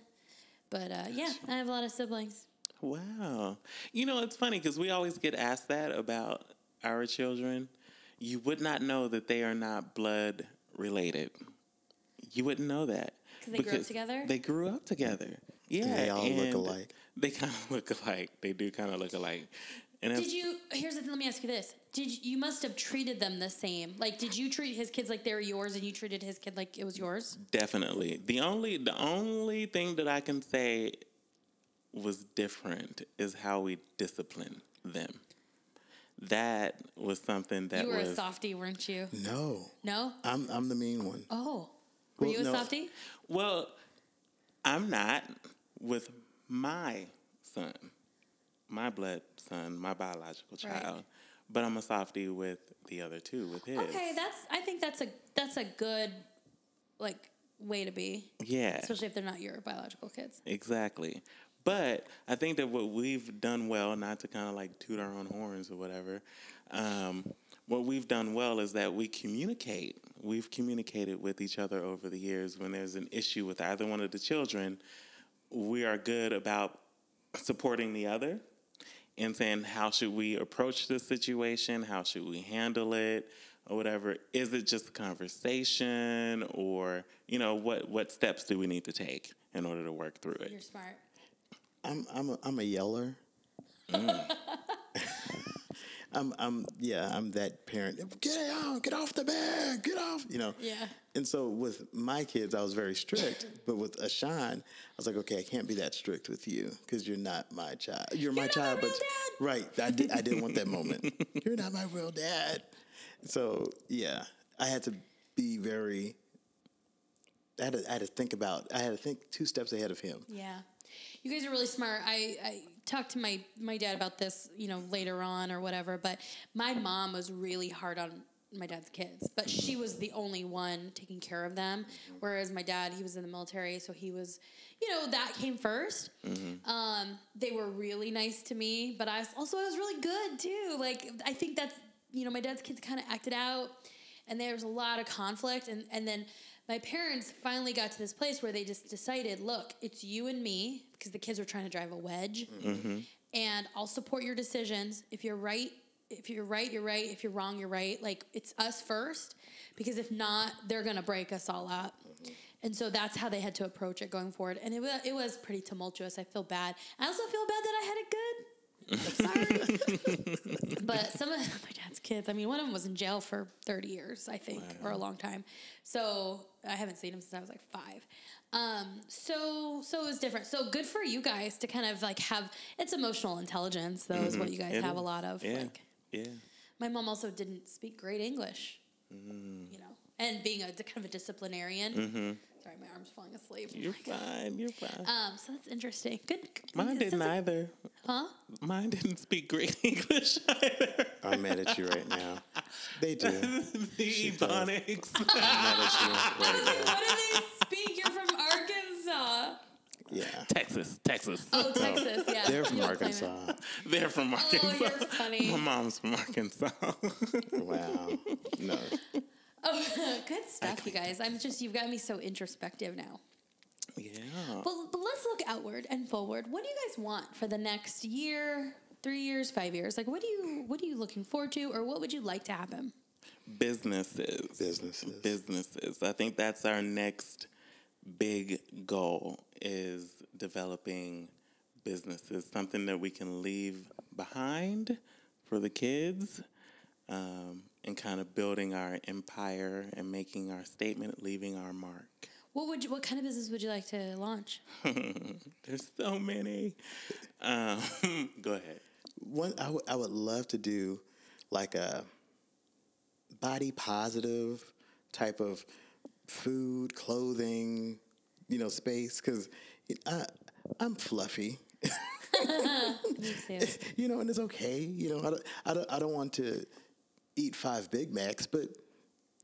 Speaker 3: But uh, yeah, I have a lot of siblings.
Speaker 1: Wow. You know, it's funny because we always get asked that about our children. You would not know that they are not blood related. You wouldn't know that.
Speaker 3: 'Cause they grew up together?
Speaker 1: They grew up together. Yeah.
Speaker 2: they all look
Speaker 1: and
Speaker 2: alike.
Speaker 1: They kind of look alike. They do kind of look alike. And
Speaker 3: Did
Speaker 1: it's-
Speaker 3: you? Here's the thing. Let me ask you this: Did you, you must have treated them the same? Like, did you treat his kids like they were yours, and you treated his kid like it was yours?
Speaker 1: Definitely. The only the only thing that I can say was different is how we discipline them. That was something that
Speaker 3: You were a
Speaker 1: was
Speaker 3: softie, weren't you?
Speaker 2: No,
Speaker 3: No.
Speaker 2: I'm I'm the mean one.
Speaker 3: Oh, were
Speaker 2: Well,
Speaker 3: you a
Speaker 2: no.
Speaker 3: softie?
Speaker 1: Well, I'm not with my son, my blood son, my biological
Speaker 3: Right.
Speaker 1: child, but I'm a softie with the other two, with his.
Speaker 3: Okay, that's. I think that's a that's a good like way to be,
Speaker 1: yeah,
Speaker 3: especially if they're not your biological kids.
Speaker 1: exactly. But I think that what we've done well, not to kind of like toot our own horns or whatever, um, what we've done well is that we communicate. We've communicated with each other over the years when there's an issue with either one of the children. we are good about supporting the other and saying how should we approach this situation how should we handle it or whatever is it just a conversation or you know what what steps do we need to take in order to work through
Speaker 3: You're
Speaker 1: it
Speaker 3: smart.
Speaker 2: I'm I'm a, I'm a yeller. Mm. I'm I'm yeah I'm that parent. Get out! Get off the bed! Get off! You know.
Speaker 3: Yeah.
Speaker 2: And so with my kids, I was very strict. but with Ashan, I was like, okay, I can't be that strict with you because you're not my child. You're, my
Speaker 3: not my
Speaker 2: child,
Speaker 3: real
Speaker 2: but
Speaker 3: dad.
Speaker 2: right. I did. I didn't want that moment. you're not my real dad. So yeah, I had to be very. I had, to, I had to think about. I had to think two steps ahead of him.
Speaker 3: Yeah, you guys are really smart. I, I talked to my my dad about this, you know, later on or whatever. But my mom was really hard on my dad's kids, but she was the only one taking care of them. Whereas my dad, he was in the military, so he was, you know, that came 1st Um, they were really nice to me, but I was, also I was really good too. Like I think that's you know my dad's kids kind of acted out and there was a lot of conflict and, and then my parents finally got to this place where they just decided look it's you and me because the kids were trying to drive a wedge and i'll support your decisions if you're right if you're right you're right if you're wrong you're right like it's us first because if not they're gonna break us all up and so that's how they had to approach it going forward and it was, it was pretty tumultuous i feel bad i also feel bad that i had it good Sorry. but some of my dad's kids, I mean, one of them was in jail for 30 years, I think, or a long time. So I haven't seen him since I was like five. Um, so, so it was different. So good for you guys to kind of like have, it's emotional intelligence though, is what you guys
Speaker 1: Mm-hmm. It
Speaker 3: have a
Speaker 1: is.
Speaker 3: lot of.
Speaker 1: yeah
Speaker 3: Like
Speaker 1: yeah
Speaker 3: my mom also didn't speak great English,
Speaker 2: Mm.
Speaker 3: you know, and being a d- kind of a disciplinarian.
Speaker 2: Mm-hmm.
Speaker 3: Sorry, my arm's falling asleep.
Speaker 1: you're fine you're fine
Speaker 3: Um, so that's interesting. Good. good-
Speaker 1: mine
Speaker 3: it
Speaker 1: didn't
Speaker 3: sounds like-
Speaker 1: either
Speaker 3: Huh?
Speaker 1: mine didn't speak great english either
Speaker 2: I'm mad at you right now. They do. I'm
Speaker 1: the ebonics
Speaker 2: mad at you right now.
Speaker 3: What do they speak? You're from Arkansas.
Speaker 2: Yeah.
Speaker 1: texas texas
Speaker 3: Oh, Texas, yeah.
Speaker 2: They're
Speaker 3: You
Speaker 2: from
Speaker 3: don't claim it.
Speaker 2: Arkansas.
Speaker 1: they're from arkansas
Speaker 3: Oh, you're funny.
Speaker 1: my mom's from arkansas
Speaker 2: Wow. No.
Speaker 3: Oh, good stuff, you guys. I'm just, you've got me so introspective now.
Speaker 1: yeah
Speaker 3: But, but let's look outward and forward. What do you guys want for the next year, three years, five years? Like, what do you, what are you looking forward to, or what would you like to happen?
Speaker 1: businesses
Speaker 2: Businesses.
Speaker 1: businesses i think that's our next big goal is developing businesses, something that we can leave behind for the kids um, and kind of building our empire and making our statement, leaving our mark.
Speaker 3: What would you, what kind of business would you like to launch?
Speaker 1: There's so many. Um, go ahead.
Speaker 2: One, I, w- I would love to do like a body positive type of food, clothing, you know, space because I'm fluffy,
Speaker 3: Me too.
Speaker 2: you know, and it's okay. You know, I don't, I don't, I don't want to eat five Big Macs, but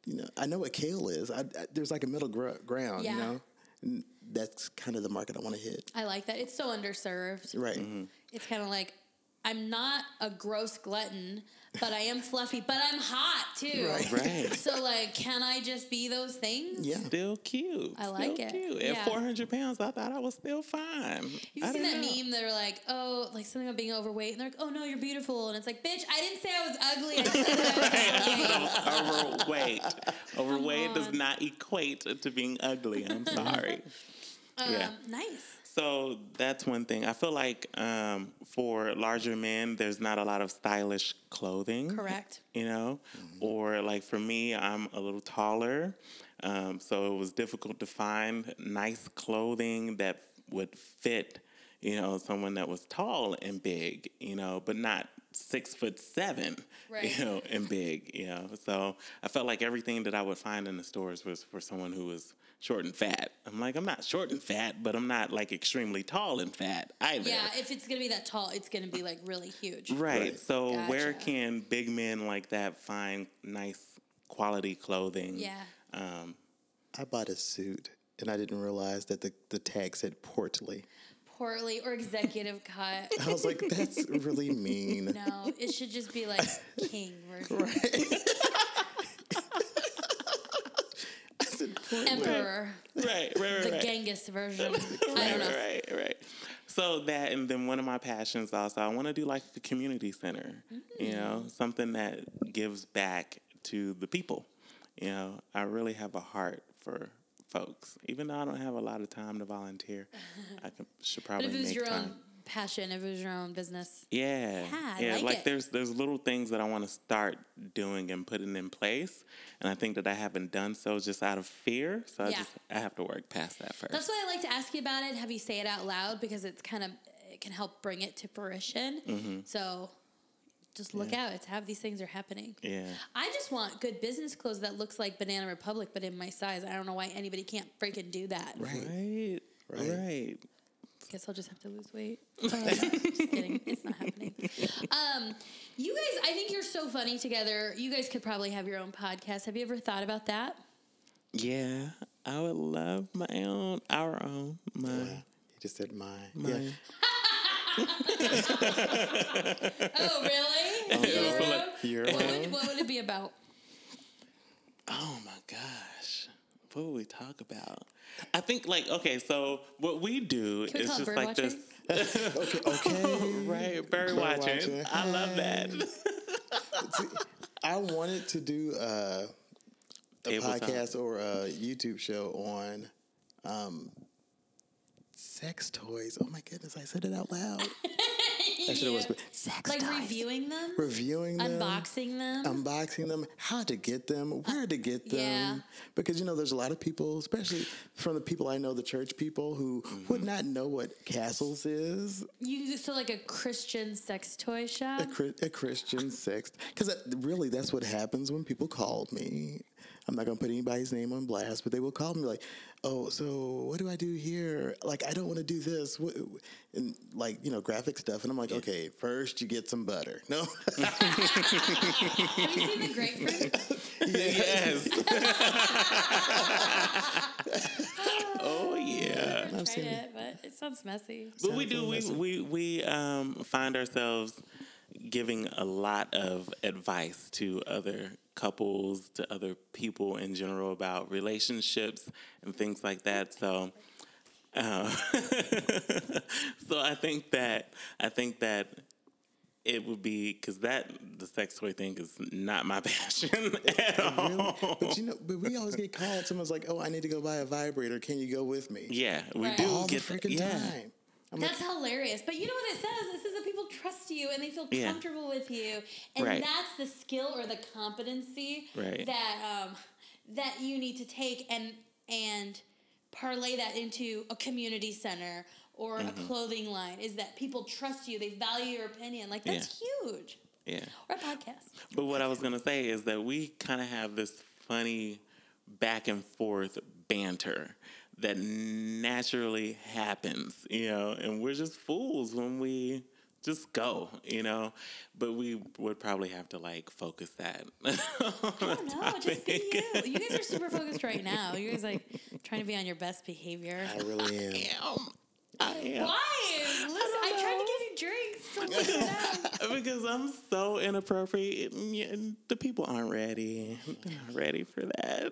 Speaker 2: you know, I know what kale is. I, I- there's like a middle gr- ground,
Speaker 3: Yeah.
Speaker 2: you know. And that's kind of the market I want to hit.
Speaker 3: I like that. It's so underserved.
Speaker 2: Right.
Speaker 3: It's kind of like I'm not a gross glutton, but I am fluffy, but I'm hot too.
Speaker 2: Right.
Speaker 1: Right.
Speaker 3: So like, can I just be those things?
Speaker 2: Yeah.
Speaker 1: Still cute.
Speaker 3: I like
Speaker 1: still
Speaker 3: it.
Speaker 1: Cute.
Speaker 3: Yeah.
Speaker 1: At 400 pounds, I thought I was still fine.
Speaker 3: You've
Speaker 1: I
Speaker 3: seen that
Speaker 1: don't know.
Speaker 3: meme that are like, oh, like something about being overweight, and they're like, oh no, you're beautiful, and it's like, bitch, I didn't say I was ugly. I just said I was ugly.
Speaker 1: overweight. Overweight does
Speaker 3: on.
Speaker 1: not equate to being ugly. I'm sorry.
Speaker 3: Um,
Speaker 1: Yeah.
Speaker 3: Nice.
Speaker 1: So that's one thing. I feel like um, for larger men, there's not a lot of stylish clothing.
Speaker 3: Correct.
Speaker 1: You know,
Speaker 3: Mm-hmm.
Speaker 1: or like for me, I'm a little taller, um, so it was difficult to find nice clothing that would fit. You know, someone that was tall and big. You know, but not six foot seven.
Speaker 3: Right.
Speaker 1: You know, and big. You know, so I felt like everything that I would find in the stores was for someone who was short and fat. I'm like, I'm not short and fat, but I'm not like extremely tall and fat either.
Speaker 3: Yeah, if it's gonna be that tall, it's gonna be like really huge.
Speaker 1: Right.
Speaker 2: Right.
Speaker 1: So where
Speaker 3: Gotcha.
Speaker 1: can big men like that find nice quality clothing?
Speaker 3: Yeah.
Speaker 1: Um,
Speaker 2: I bought a suit and I didn't realize that the, the tag said portly.
Speaker 3: Poorly or executive cut.
Speaker 2: I was like, that's really mean.
Speaker 3: No, it should just be like king version.
Speaker 2: I said portly.
Speaker 3: Emperor,
Speaker 1: right. Right. Right.
Speaker 3: the
Speaker 1: right.
Speaker 3: Genghis version. I
Speaker 1: Right,
Speaker 3: don't know.
Speaker 1: right, right. So that, and then one of my passions also, I want to do like a community center,
Speaker 3: Mm.
Speaker 1: you know, something that gives back to the people. You know, I really have a heart for folks, even though I don't have a lot of time to volunteer. I could, should
Speaker 3: But
Speaker 1: probably
Speaker 3: if it was
Speaker 1: make
Speaker 3: your
Speaker 1: time.
Speaker 3: own passion, if it was your own business,
Speaker 1: Yeah.
Speaker 3: Yeah, I
Speaker 1: yeah.
Speaker 3: like
Speaker 1: like
Speaker 3: it.
Speaker 1: there's there's little things that I want to start doing and putting in place. And I think that I haven't done so just out of fear. So I
Speaker 3: Yeah.
Speaker 1: just I have to work past that first.
Speaker 3: that's why I like to ask you about it. Have you say it out loud because it's kind of it can help bring it to fruition.
Speaker 1: Mm-hmm.
Speaker 3: So just look out. It's have these things are happening.
Speaker 1: yeah.
Speaker 3: I just want good business clothes that looks like Banana Republic, but in my size. I don't know why anybody can't freaking do that.
Speaker 1: Right. Right.
Speaker 2: Right.
Speaker 3: Guess I'll just have to lose weight. Uh, just kidding. It's not happening. Um, you guys, I think you're so funny together. You guys could probably have your own podcast. Have you ever thought about that?
Speaker 1: Yeah. I would love my own, our own, my.
Speaker 2: He just said mine. Yeah.
Speaker 1: Mine.
Speaker 3: Oh, really? Your own?
Speaker 2: Your
Speaker 3: What
Speaker 2: own.
Speaker 3: would, what would it be about?
Speaker 1: Oh my gosh. What would we talk about? I think like okay, so what we do
Speaker 3: Can we
Speaker 1: is
Speaker 3: call it
Speaker 1: just
Speaker 3: bird
Speaker 1: like
Speaker 3: watching?
Speaker 1: this
Speaker 2: Okay. okay.
Speaker 1: right bird,
Speaker 2: Bird
Speaker 1: watching.
Speaker 2: watching.
Speaker 1: I love that.
Speaker 2: I wanted to do uh, a
Speaker 1: Tabletop.
Speaker 2: podcast or a YouTube show on um, sex toys. Oh my goodness, I said it out loud. I should have whispered. Sex
Speaker 3: Like
Speaker 2: toys.
Speaker 3: reviewing them,
Speaker 2: Reviewing them.
Speaker 3: unboxing them.
Speaker 1: Um,
Speaker 3: Uh,
Speaker 2: unboxing them, how to get them, where to get them.
Speaker 3: yeah.
Speaker 2: Because you know, there's a lot of people, especially from the people I know, the church people, who
Speaker 1: Mm-hmm.
Speaker 2: would not know what castles is,
Speaker 3: you so like a Christian sex toy shop.
Speaker 2: a, Chri- a Christian sex. Because really, that's what happens when people call me. I'm not gonna put anybody's name on blast, but they will call me like, "Oh, so what do I do here? Like, I don't want to do this." What, and like, you know, graphic stuff. And I'm like, "Okay, first you get some butter." No,
Speaker 3: have you seen the grapefruit?
Speaker 1: Yes. oh yeah.
Speaker 3: I've tried
Speaker 2: seen
Speaker 3: it, but it sounds messy.
Speaker 1: But we
Speaker 2: Sounds
Speaker 1: do. We
Speaker 2: amazing.
Speaker 1: we we um, find ourselves giving a lot of advice to other couples, to other people in general about relationships and things like that. So. um, Uh, so I think that I think that it would be because that the sex toy thing is not my passion at all.
Speaker 2: But you know, but we always get called. Someone's like, "Oh, I need to go buy a vibrator. Can you go with me?"
Speaker 1: Yeah, we
Speaker 3: Right.
Speaker 1: do
Speaker 2: all
Speaker 1: get
Speaker 2: the freaking
Speaker 1: yeah.
Speaker 2: time. I'm like,
Speaker 3: That's hilarious. But you know what it says? It says that people trust you and they feel
Speaker 1: Yeah.
Speaker 3: comfortable with you. And
Speaker 1: Right.
Speaker 3: that's the skill or the competency
Speaker 1: Right.
Speaker 3: that um, that you need to take and and parlay that into a community center or
Speaker 1: Mm-hmm.
Speaker 3: a clothing line is that people trust you, they value your opinion. Like that's huge.
Speaker 1: Yeah.
Speaker 3: Or a podcast.
Speaker 1: But what I was gonna say is that we kind of have this funny back and forth banter that naturally happens, you know, and we're just fools when we just go, you know. But we would probably have to like focus that.
Speaker 3: I don't know, just be you. You guys are super focused right now. You guys like trying to be on your best behavior.
Speaker 2: I really am.
Speaker 1: Damn. I am.
Speaker 3: Why? Listen, I, tried to give you drinks. Don't look at that.
Speaker 1: because I'm so inappropriate. And yeah, and the people aren't ready. They're not ready for that.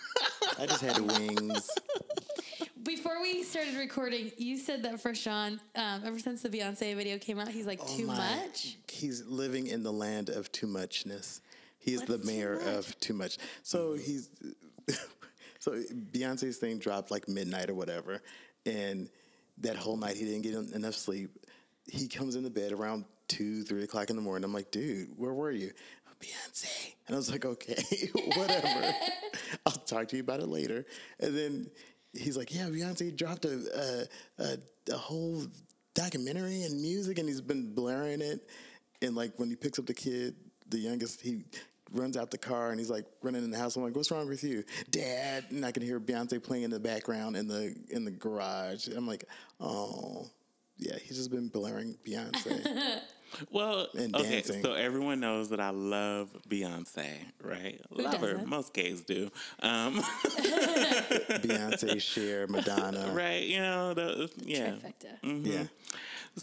Speaker 2: I just had wings.
Speaker 3: Before we started recording, you said that for Sean, um, ever since the Beyonce video came out, he's like
Speaker 2: Oh
Speaker 3: too
Speaker 2: my-
Speaker 3: much.
Speaker 2: He's living in the land of too muchness. He is the
Speaker 3: What's too
Speaker 2: mayor
Speaker 3: much?
Speaker 2: of too much. So he's so Beyonce's thing dropped like midnight or whatever, and that whole night he didn't get enough sleep. He comes into bed around two, three o'clock in the morning. I'm like, dude, where were you? Beyonce. And I was like, okay, whatever. I'll talk to you about it later. And then he's like, yeah, Beyonce dropped a a, a, a whole documentary and music, and he's been blaring it. And like when he picks up the kid, the youngest, he runs out the car and he's like running in the house. I'm like, what's wrong with you, Dad? And I can hear Beyonce playing in the background in the in the garage. And I'm like, oh. Yeah, he's just been blaring Beyonce.
Speaker 1: Well,
Speaker 2: And
Speaker 1: okay,
Speaker 2: dancing.
Speaker 1: so everyone knows that I love Beyonce, right? love her.
Speaker 3: doesn't?
Speaker 1: Most gays do. Um,
Speaker 2: Beyonce, Cher, Madonna.
Speaker 1: right? You know, the, yeah.
Speaker 3: Trifecta.
Speaker 2: Yeah.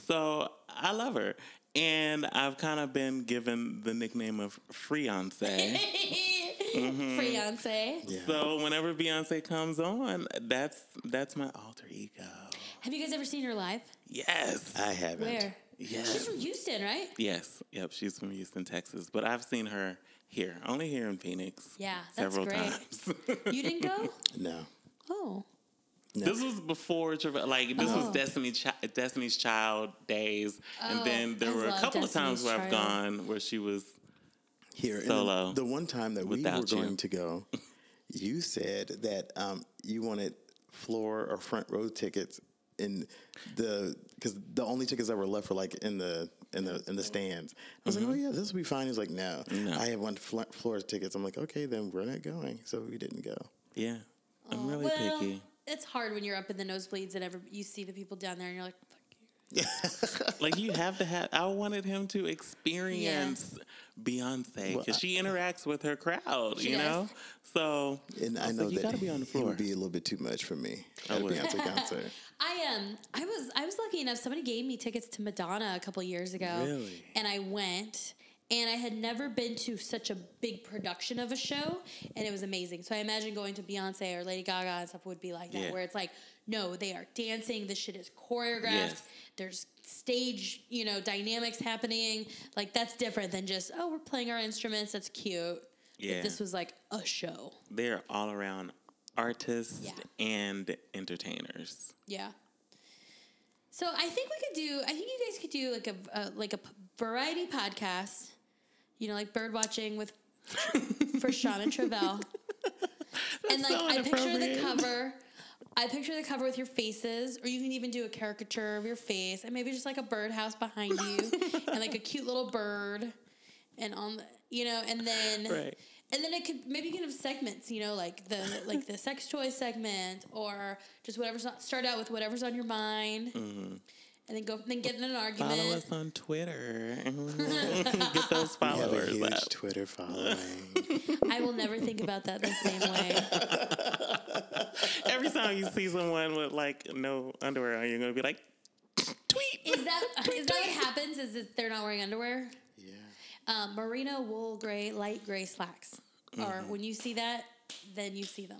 Speaker 1: So I love her. And I've kind of been given the nickname of Freonce.
Speaker 3: Beyonce.
Speaker 2: Yeah.
Speaker 1: So whenever Beyonce comes on, that's that's my alter ego.
Speaker 3: Have you guys ever seen her live?
Speaker 1: Yes.
Speaker 2: I haven't.
Speaker 3: Where? She's
Speaker 1: yes.
Speaker 3: from Houston, right?
Speaker 1: Yes. Yep. She's from Houston, Texas, but I've seen her here, only here in Phoenix.
Speaker 3: Yeah, that's
Speaker 1: several
Speaker 3: great.
Speaker 1: times.
Speaker 3: You didn't go?
Speaker 2: No.
Speaker 3: Oh.
Speaker 1: this was before Trav- like this was
Speaker 3: Oh.
Speaker 1: Destiny Chi- Destiny's Child days,
Speaker 3: Oh,
Speaker 1: and then there
Speaker 3: I
Speaker 1: were a
Speaker 3: love
Speaker 1: couple of times
Speaker 3: Destiny's
Speaker 1: where I've
Speaker 3: Child.
Speaker 1: gone where she was.
Speaker 2: here and
Speaker 1: Solo,
Speaker 2: the, the one time that we were
Speaker 1: without you.
Speaker 2: going to go, you said that um, you wanted floor or front row tickets in the because the only tickets that were left were like in the in the in the stands. I was
Speaker 1: Mm-hmm.
Speaker 2: like, oh yeah, this will be fine. He's like, no, I have one fl- floor tickets. I'm like, okay, then we're not going. So we didn't go.
Speaker 1: Yeah, I'm really
Speaker 3: Oh, well,
Speaker 1: picky.
Speaker 3: it's hard when you're up in the nosebleeds and every, you see the people down there and you're like, fuck you.
Speaker 1: Like you have to have. I wanted him to experience Beyonce because
Speaker 2: Well, I-
Speaker 1: she interacts with her crowd,
Speaker 3: She
Speaker 1: you
Speaker 3: does.
Speaker 1: know. So
Speaker 2: And I,
Speaker 1: was
Speaker 2: know
Speaker 1: like, you
Speaker 2: that
Speaker 1: gotta be on the
Speaker 2: it
Speaker 1: floor.
Speaker 2: would be a little bit too much for me
Speaker 1: I
Speaker 2: at a
Speaker 1: would.
Speaker 2: Beyonce concert.
Speaker 3: I um I was I was lucky enough. Somebody gave me tickets to Madonna a couple years ago,
Speaker 1: Really?
Speaker 3: and I went. And I had never been to such a big production of a show, and it was amazing. So I imagine going to Beyonce or Lady Gaga and stuff would be like that,
Speaker 1: Yeah.
Speaker 3: where it's like, no, they are dancing. This shit is choreographed.
Speaker 1: Yes.
Speaker 3: There's stage, you know, dynamics happening. Like that's different than just oh, we're playing our instruments. That's cute.
Speaker 1: Yeah.
Speaker 3: But this was like a show.
Speaker 1: they're all around artists
Speaker 3: Yeah.
Speaker 1: and entertainers.
Speaker 3: Yeah. So I think we could do. I think you guys could do like a, a like a p- variety podcast. You know, like bird watching with for Sean and Travell. and like
Speaker 1: so
Speaker 3: I picture the
Speaker 1: inappropriate.
Speaker 3: cover. I picture the cover with your faces, or you can even do a caricature of your face, and maybe just like a birdhouse behind you, and like a cute little bird, and on the, you know, and then
Speaker 1: Right.
Speaker 3: and then it could maybe you can have segments, you know, like the like the sex toy segment or just whatever's on, start out with whatever's on your mind,
Speaker 1: Mm-hmm.
Speaker 3: and then go then get in an
Speaker 1: Follow
Speaker 3: argument.
Speaker 1: us on Twitter. Get those
Speaker 2: I have a
Speaker 1: followers
Speaker 2: huge
Speaker 1: up.
Speaker 2: Twitter following.
Speaker 3: I will never think about that the same way.
Speaker 1: Every time you see someone with like no underwear on, you're gonna be like, tweet.
Speaker 3: Is that is that what happens? Is that they're not wearing underwear?
Speaker 2: yeah.
Speaker 3: Um, merino wool gray, light gray slacks. Or
Speaker 1: Mm-hmm.
Speaker 3: when you see that, then you see them.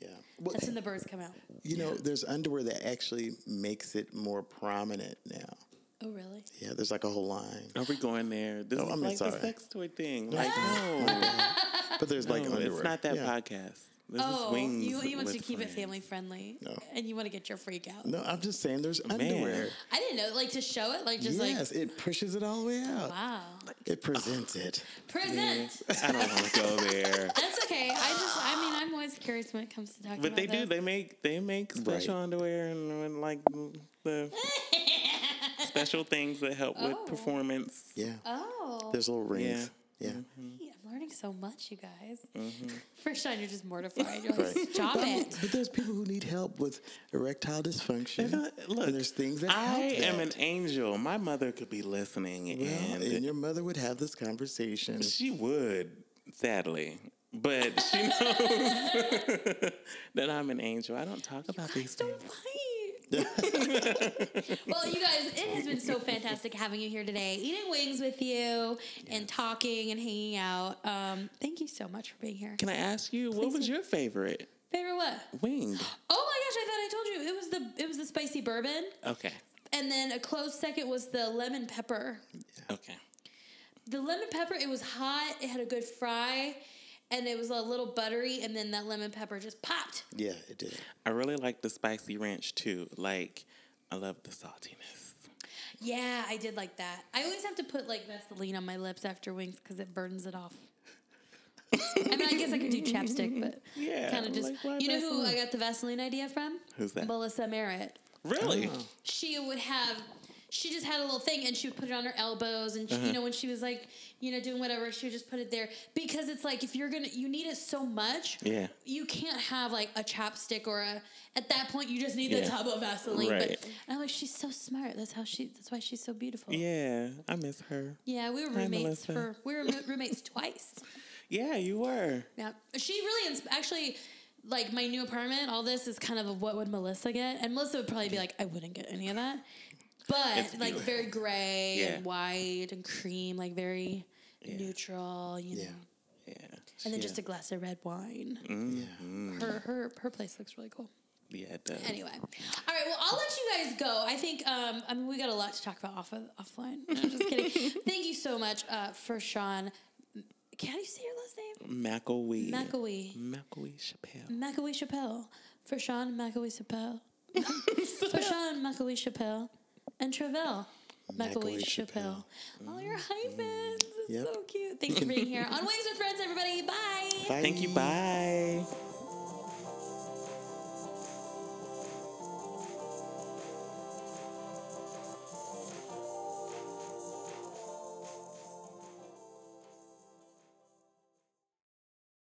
Speaker 2: Yeah. Well,
Speaker 3: That's when the birds come out.
Speaker 2: You know, there's underwear that actually makes it more prominent now.
Speaker 4: Oh, really?
Speaker 2: Yeah, there's like a whole line.
Speaker 1: Are we going there? This
Speaker 2: No,
Speaker 1: is
Speaker 2: I mean,
Speaker 1: like the
Speaker 2: Oh, sorry.
Speaker 1: sex toy thing. Like, no,
Speaker 2: But there's like
Speaker 1: no,
Speaker 2: underwear.
Speaker 1: it's not that
Speaker 2: Yeah.
Speaker 1: podcast. This is
Speaker 4: Oh,
Speaker 1: wings.
Speaker 4: you, you want to
Speaker 1: with
Speaker 4: keep it
Speaker 1: friends.
Speaker 4: family friendly,
Speaker 2: No.
Speaker 4: and you want to get your freak out.
Speaker 2: No, I'm just saying there's underwear.
Speaker 3: I didn't know, like to show it, like just
Speaker 2: yes, it pushes it all the way out.
Speaker 4: Wow,
Speaker 1: oh.
Speaker 2: It presents it.
Speaker 3: like present.
Speaker 1: I don't want to go there.
Speaker 4: that's okay. I just, I mean, I'm always curious when it comes to talking.
Speaker 1: But they
Speaker 4: about
Speaker 1: do.
Speaker 4: this.
Speaker 1: They make they make special underwear and, and like the special things that help
Speaker 4: Oh.
Speaker 1: with performance.
Speaker 2: Yeah.
Speaker 4: Oh,
Speaker 2: There's little rings. Yeah.
Speaker 1: Mm-hmm.
Speaker 2: Mm-hmm.
Speaker 4: hey, I'm learning so much, you guys. First time, you're just mortified. You're like,
Speaker 2: Right.
Speaker 4: stop it.
Speaker 2: But there's people who need help with erectile dysfunction.
Speaker 1: Uh, Look,
Speaker 2: and there's things that
Speaker 1: I
Speaker 2: help
Speaker 1: am
Speaker 2: that.
Speaker 1: an angel. My mother could be listening,
Speaker 2: Well,
Speaker 1: and
Speaker 2: and your mother would have this conversation.
Speaker 1: she would, sadly. But she knows that I'm an angel. I don't talk about these
Speaker 4: Don't
Speaker 1: things.
Speaker 4: fight.
Speaker 3: Well, you guys, it has been so fantastic having you here today, eating wings with you and talking and hanging out. Um,
Speaker 4: Thank you so much for being here.
Speaker 1: Can I ask you what was your favorite
Speaker 3: favorite what?
Speaker 1: wing?
Speaker 3: Oh my gosh, I thought I told you it was the it was the spicy bourbon,
Speaker 1: Okay,
Speaker 3: and then a close second was the lemon pepper.
Speaker 1: okay.
Speaker 3: The lemon pepper, it was hot. It had a good fry, and it was a little buttery. And then that lemon pepper just popped.
Speaker 2: Yeah, it did.
Speaker 1: I really like the spicy ranch too. Like, I love the saltiness.
Speaker 3: Yeah, I did like that. I always have to put like Vaseline on my lips after wings because it burns it off. I mean, I guess I could do chapstick, but
Speaker 1: Yeah,
Speaker 3: kind of just.
Speaker 1: like, why
Speaker 3: you know who I
Speaker 1: Vaseline?
Speaker 3: got the Vaseline idea from?
Speaker 1: Who's that?
Speaker 3: Melissa Merritt.
Speaker 1: Really?
Speaker 3: she would have she just had a little thing and she would put it on her elbows and she,
Speaker 1: Uh-huh.
Speaker 3: you know when she was like you know doing whatever she would just put it there because it's like if you're gonna you need it so much
Speaker 1: Yeah.
Speaker 3: you can't have like a chopstick or a at that point you just need the
Speaker 1: Yeah.
Speaker 3: tub of vaseline
Speaker 1: Right.
Speaker 3: but i'm like she's so smart that's how she that's why she's so beautiful
Speaker 1: Yeah, I miss her.
Speaker 3: Yeah, we were
Speaker 1: Hi,
Speaker 3: roommates
Speaker 1: Melissa.
Speaker 3: for we were roo- roommates twice
Speaker 1: Yeah, you were.
Speaker 3: now she really insp- actually like my new apartment all this is kind of a what would melissa get and melissa would probably be like i wouldn't get any of that but
Speaker 1: It's
Speaker 3: like
Speaker 1: beautiful.
Speaker 3: very gray
Speaker 1: Yeah.
Speaker 3: and white and cream like very
Speaker 1: Yeah.
Speaker 3: neutral you know
Speaker 2: Yeah.
Speaker 1: Yeah. Mm-hmm.
Speaker 3: and then just a glass of red wine her, her her place looks really cool
Speaker 1: Yeah, it does.
Speaker 3: anyway all right well i'll let you guys go i think um i mean we got a lot to talk about off of offline no, I'm just kidding thank you so much uh for sean can you say your last name
Speaker 1: McElwee.
Speaker 3: McAwee.
Speaker 1: McElwee Chappelle.
Speaker 3: McAwee Chappelle for Sean McAwee Chappelle. for Sean McAwee Chappelle and Travell McAwee
Speaker 2: McAwee
Speaker 3: Chappelle.
Speaker 2: Chappelle. Mm.
Speaker 3: All your hyphens. It's
Speaker 2: Yep.
Speaker 3: so cute. Thanks for being here on Wings with Friends, everybody. Bye.
Speaker 1: Thank you. Bye.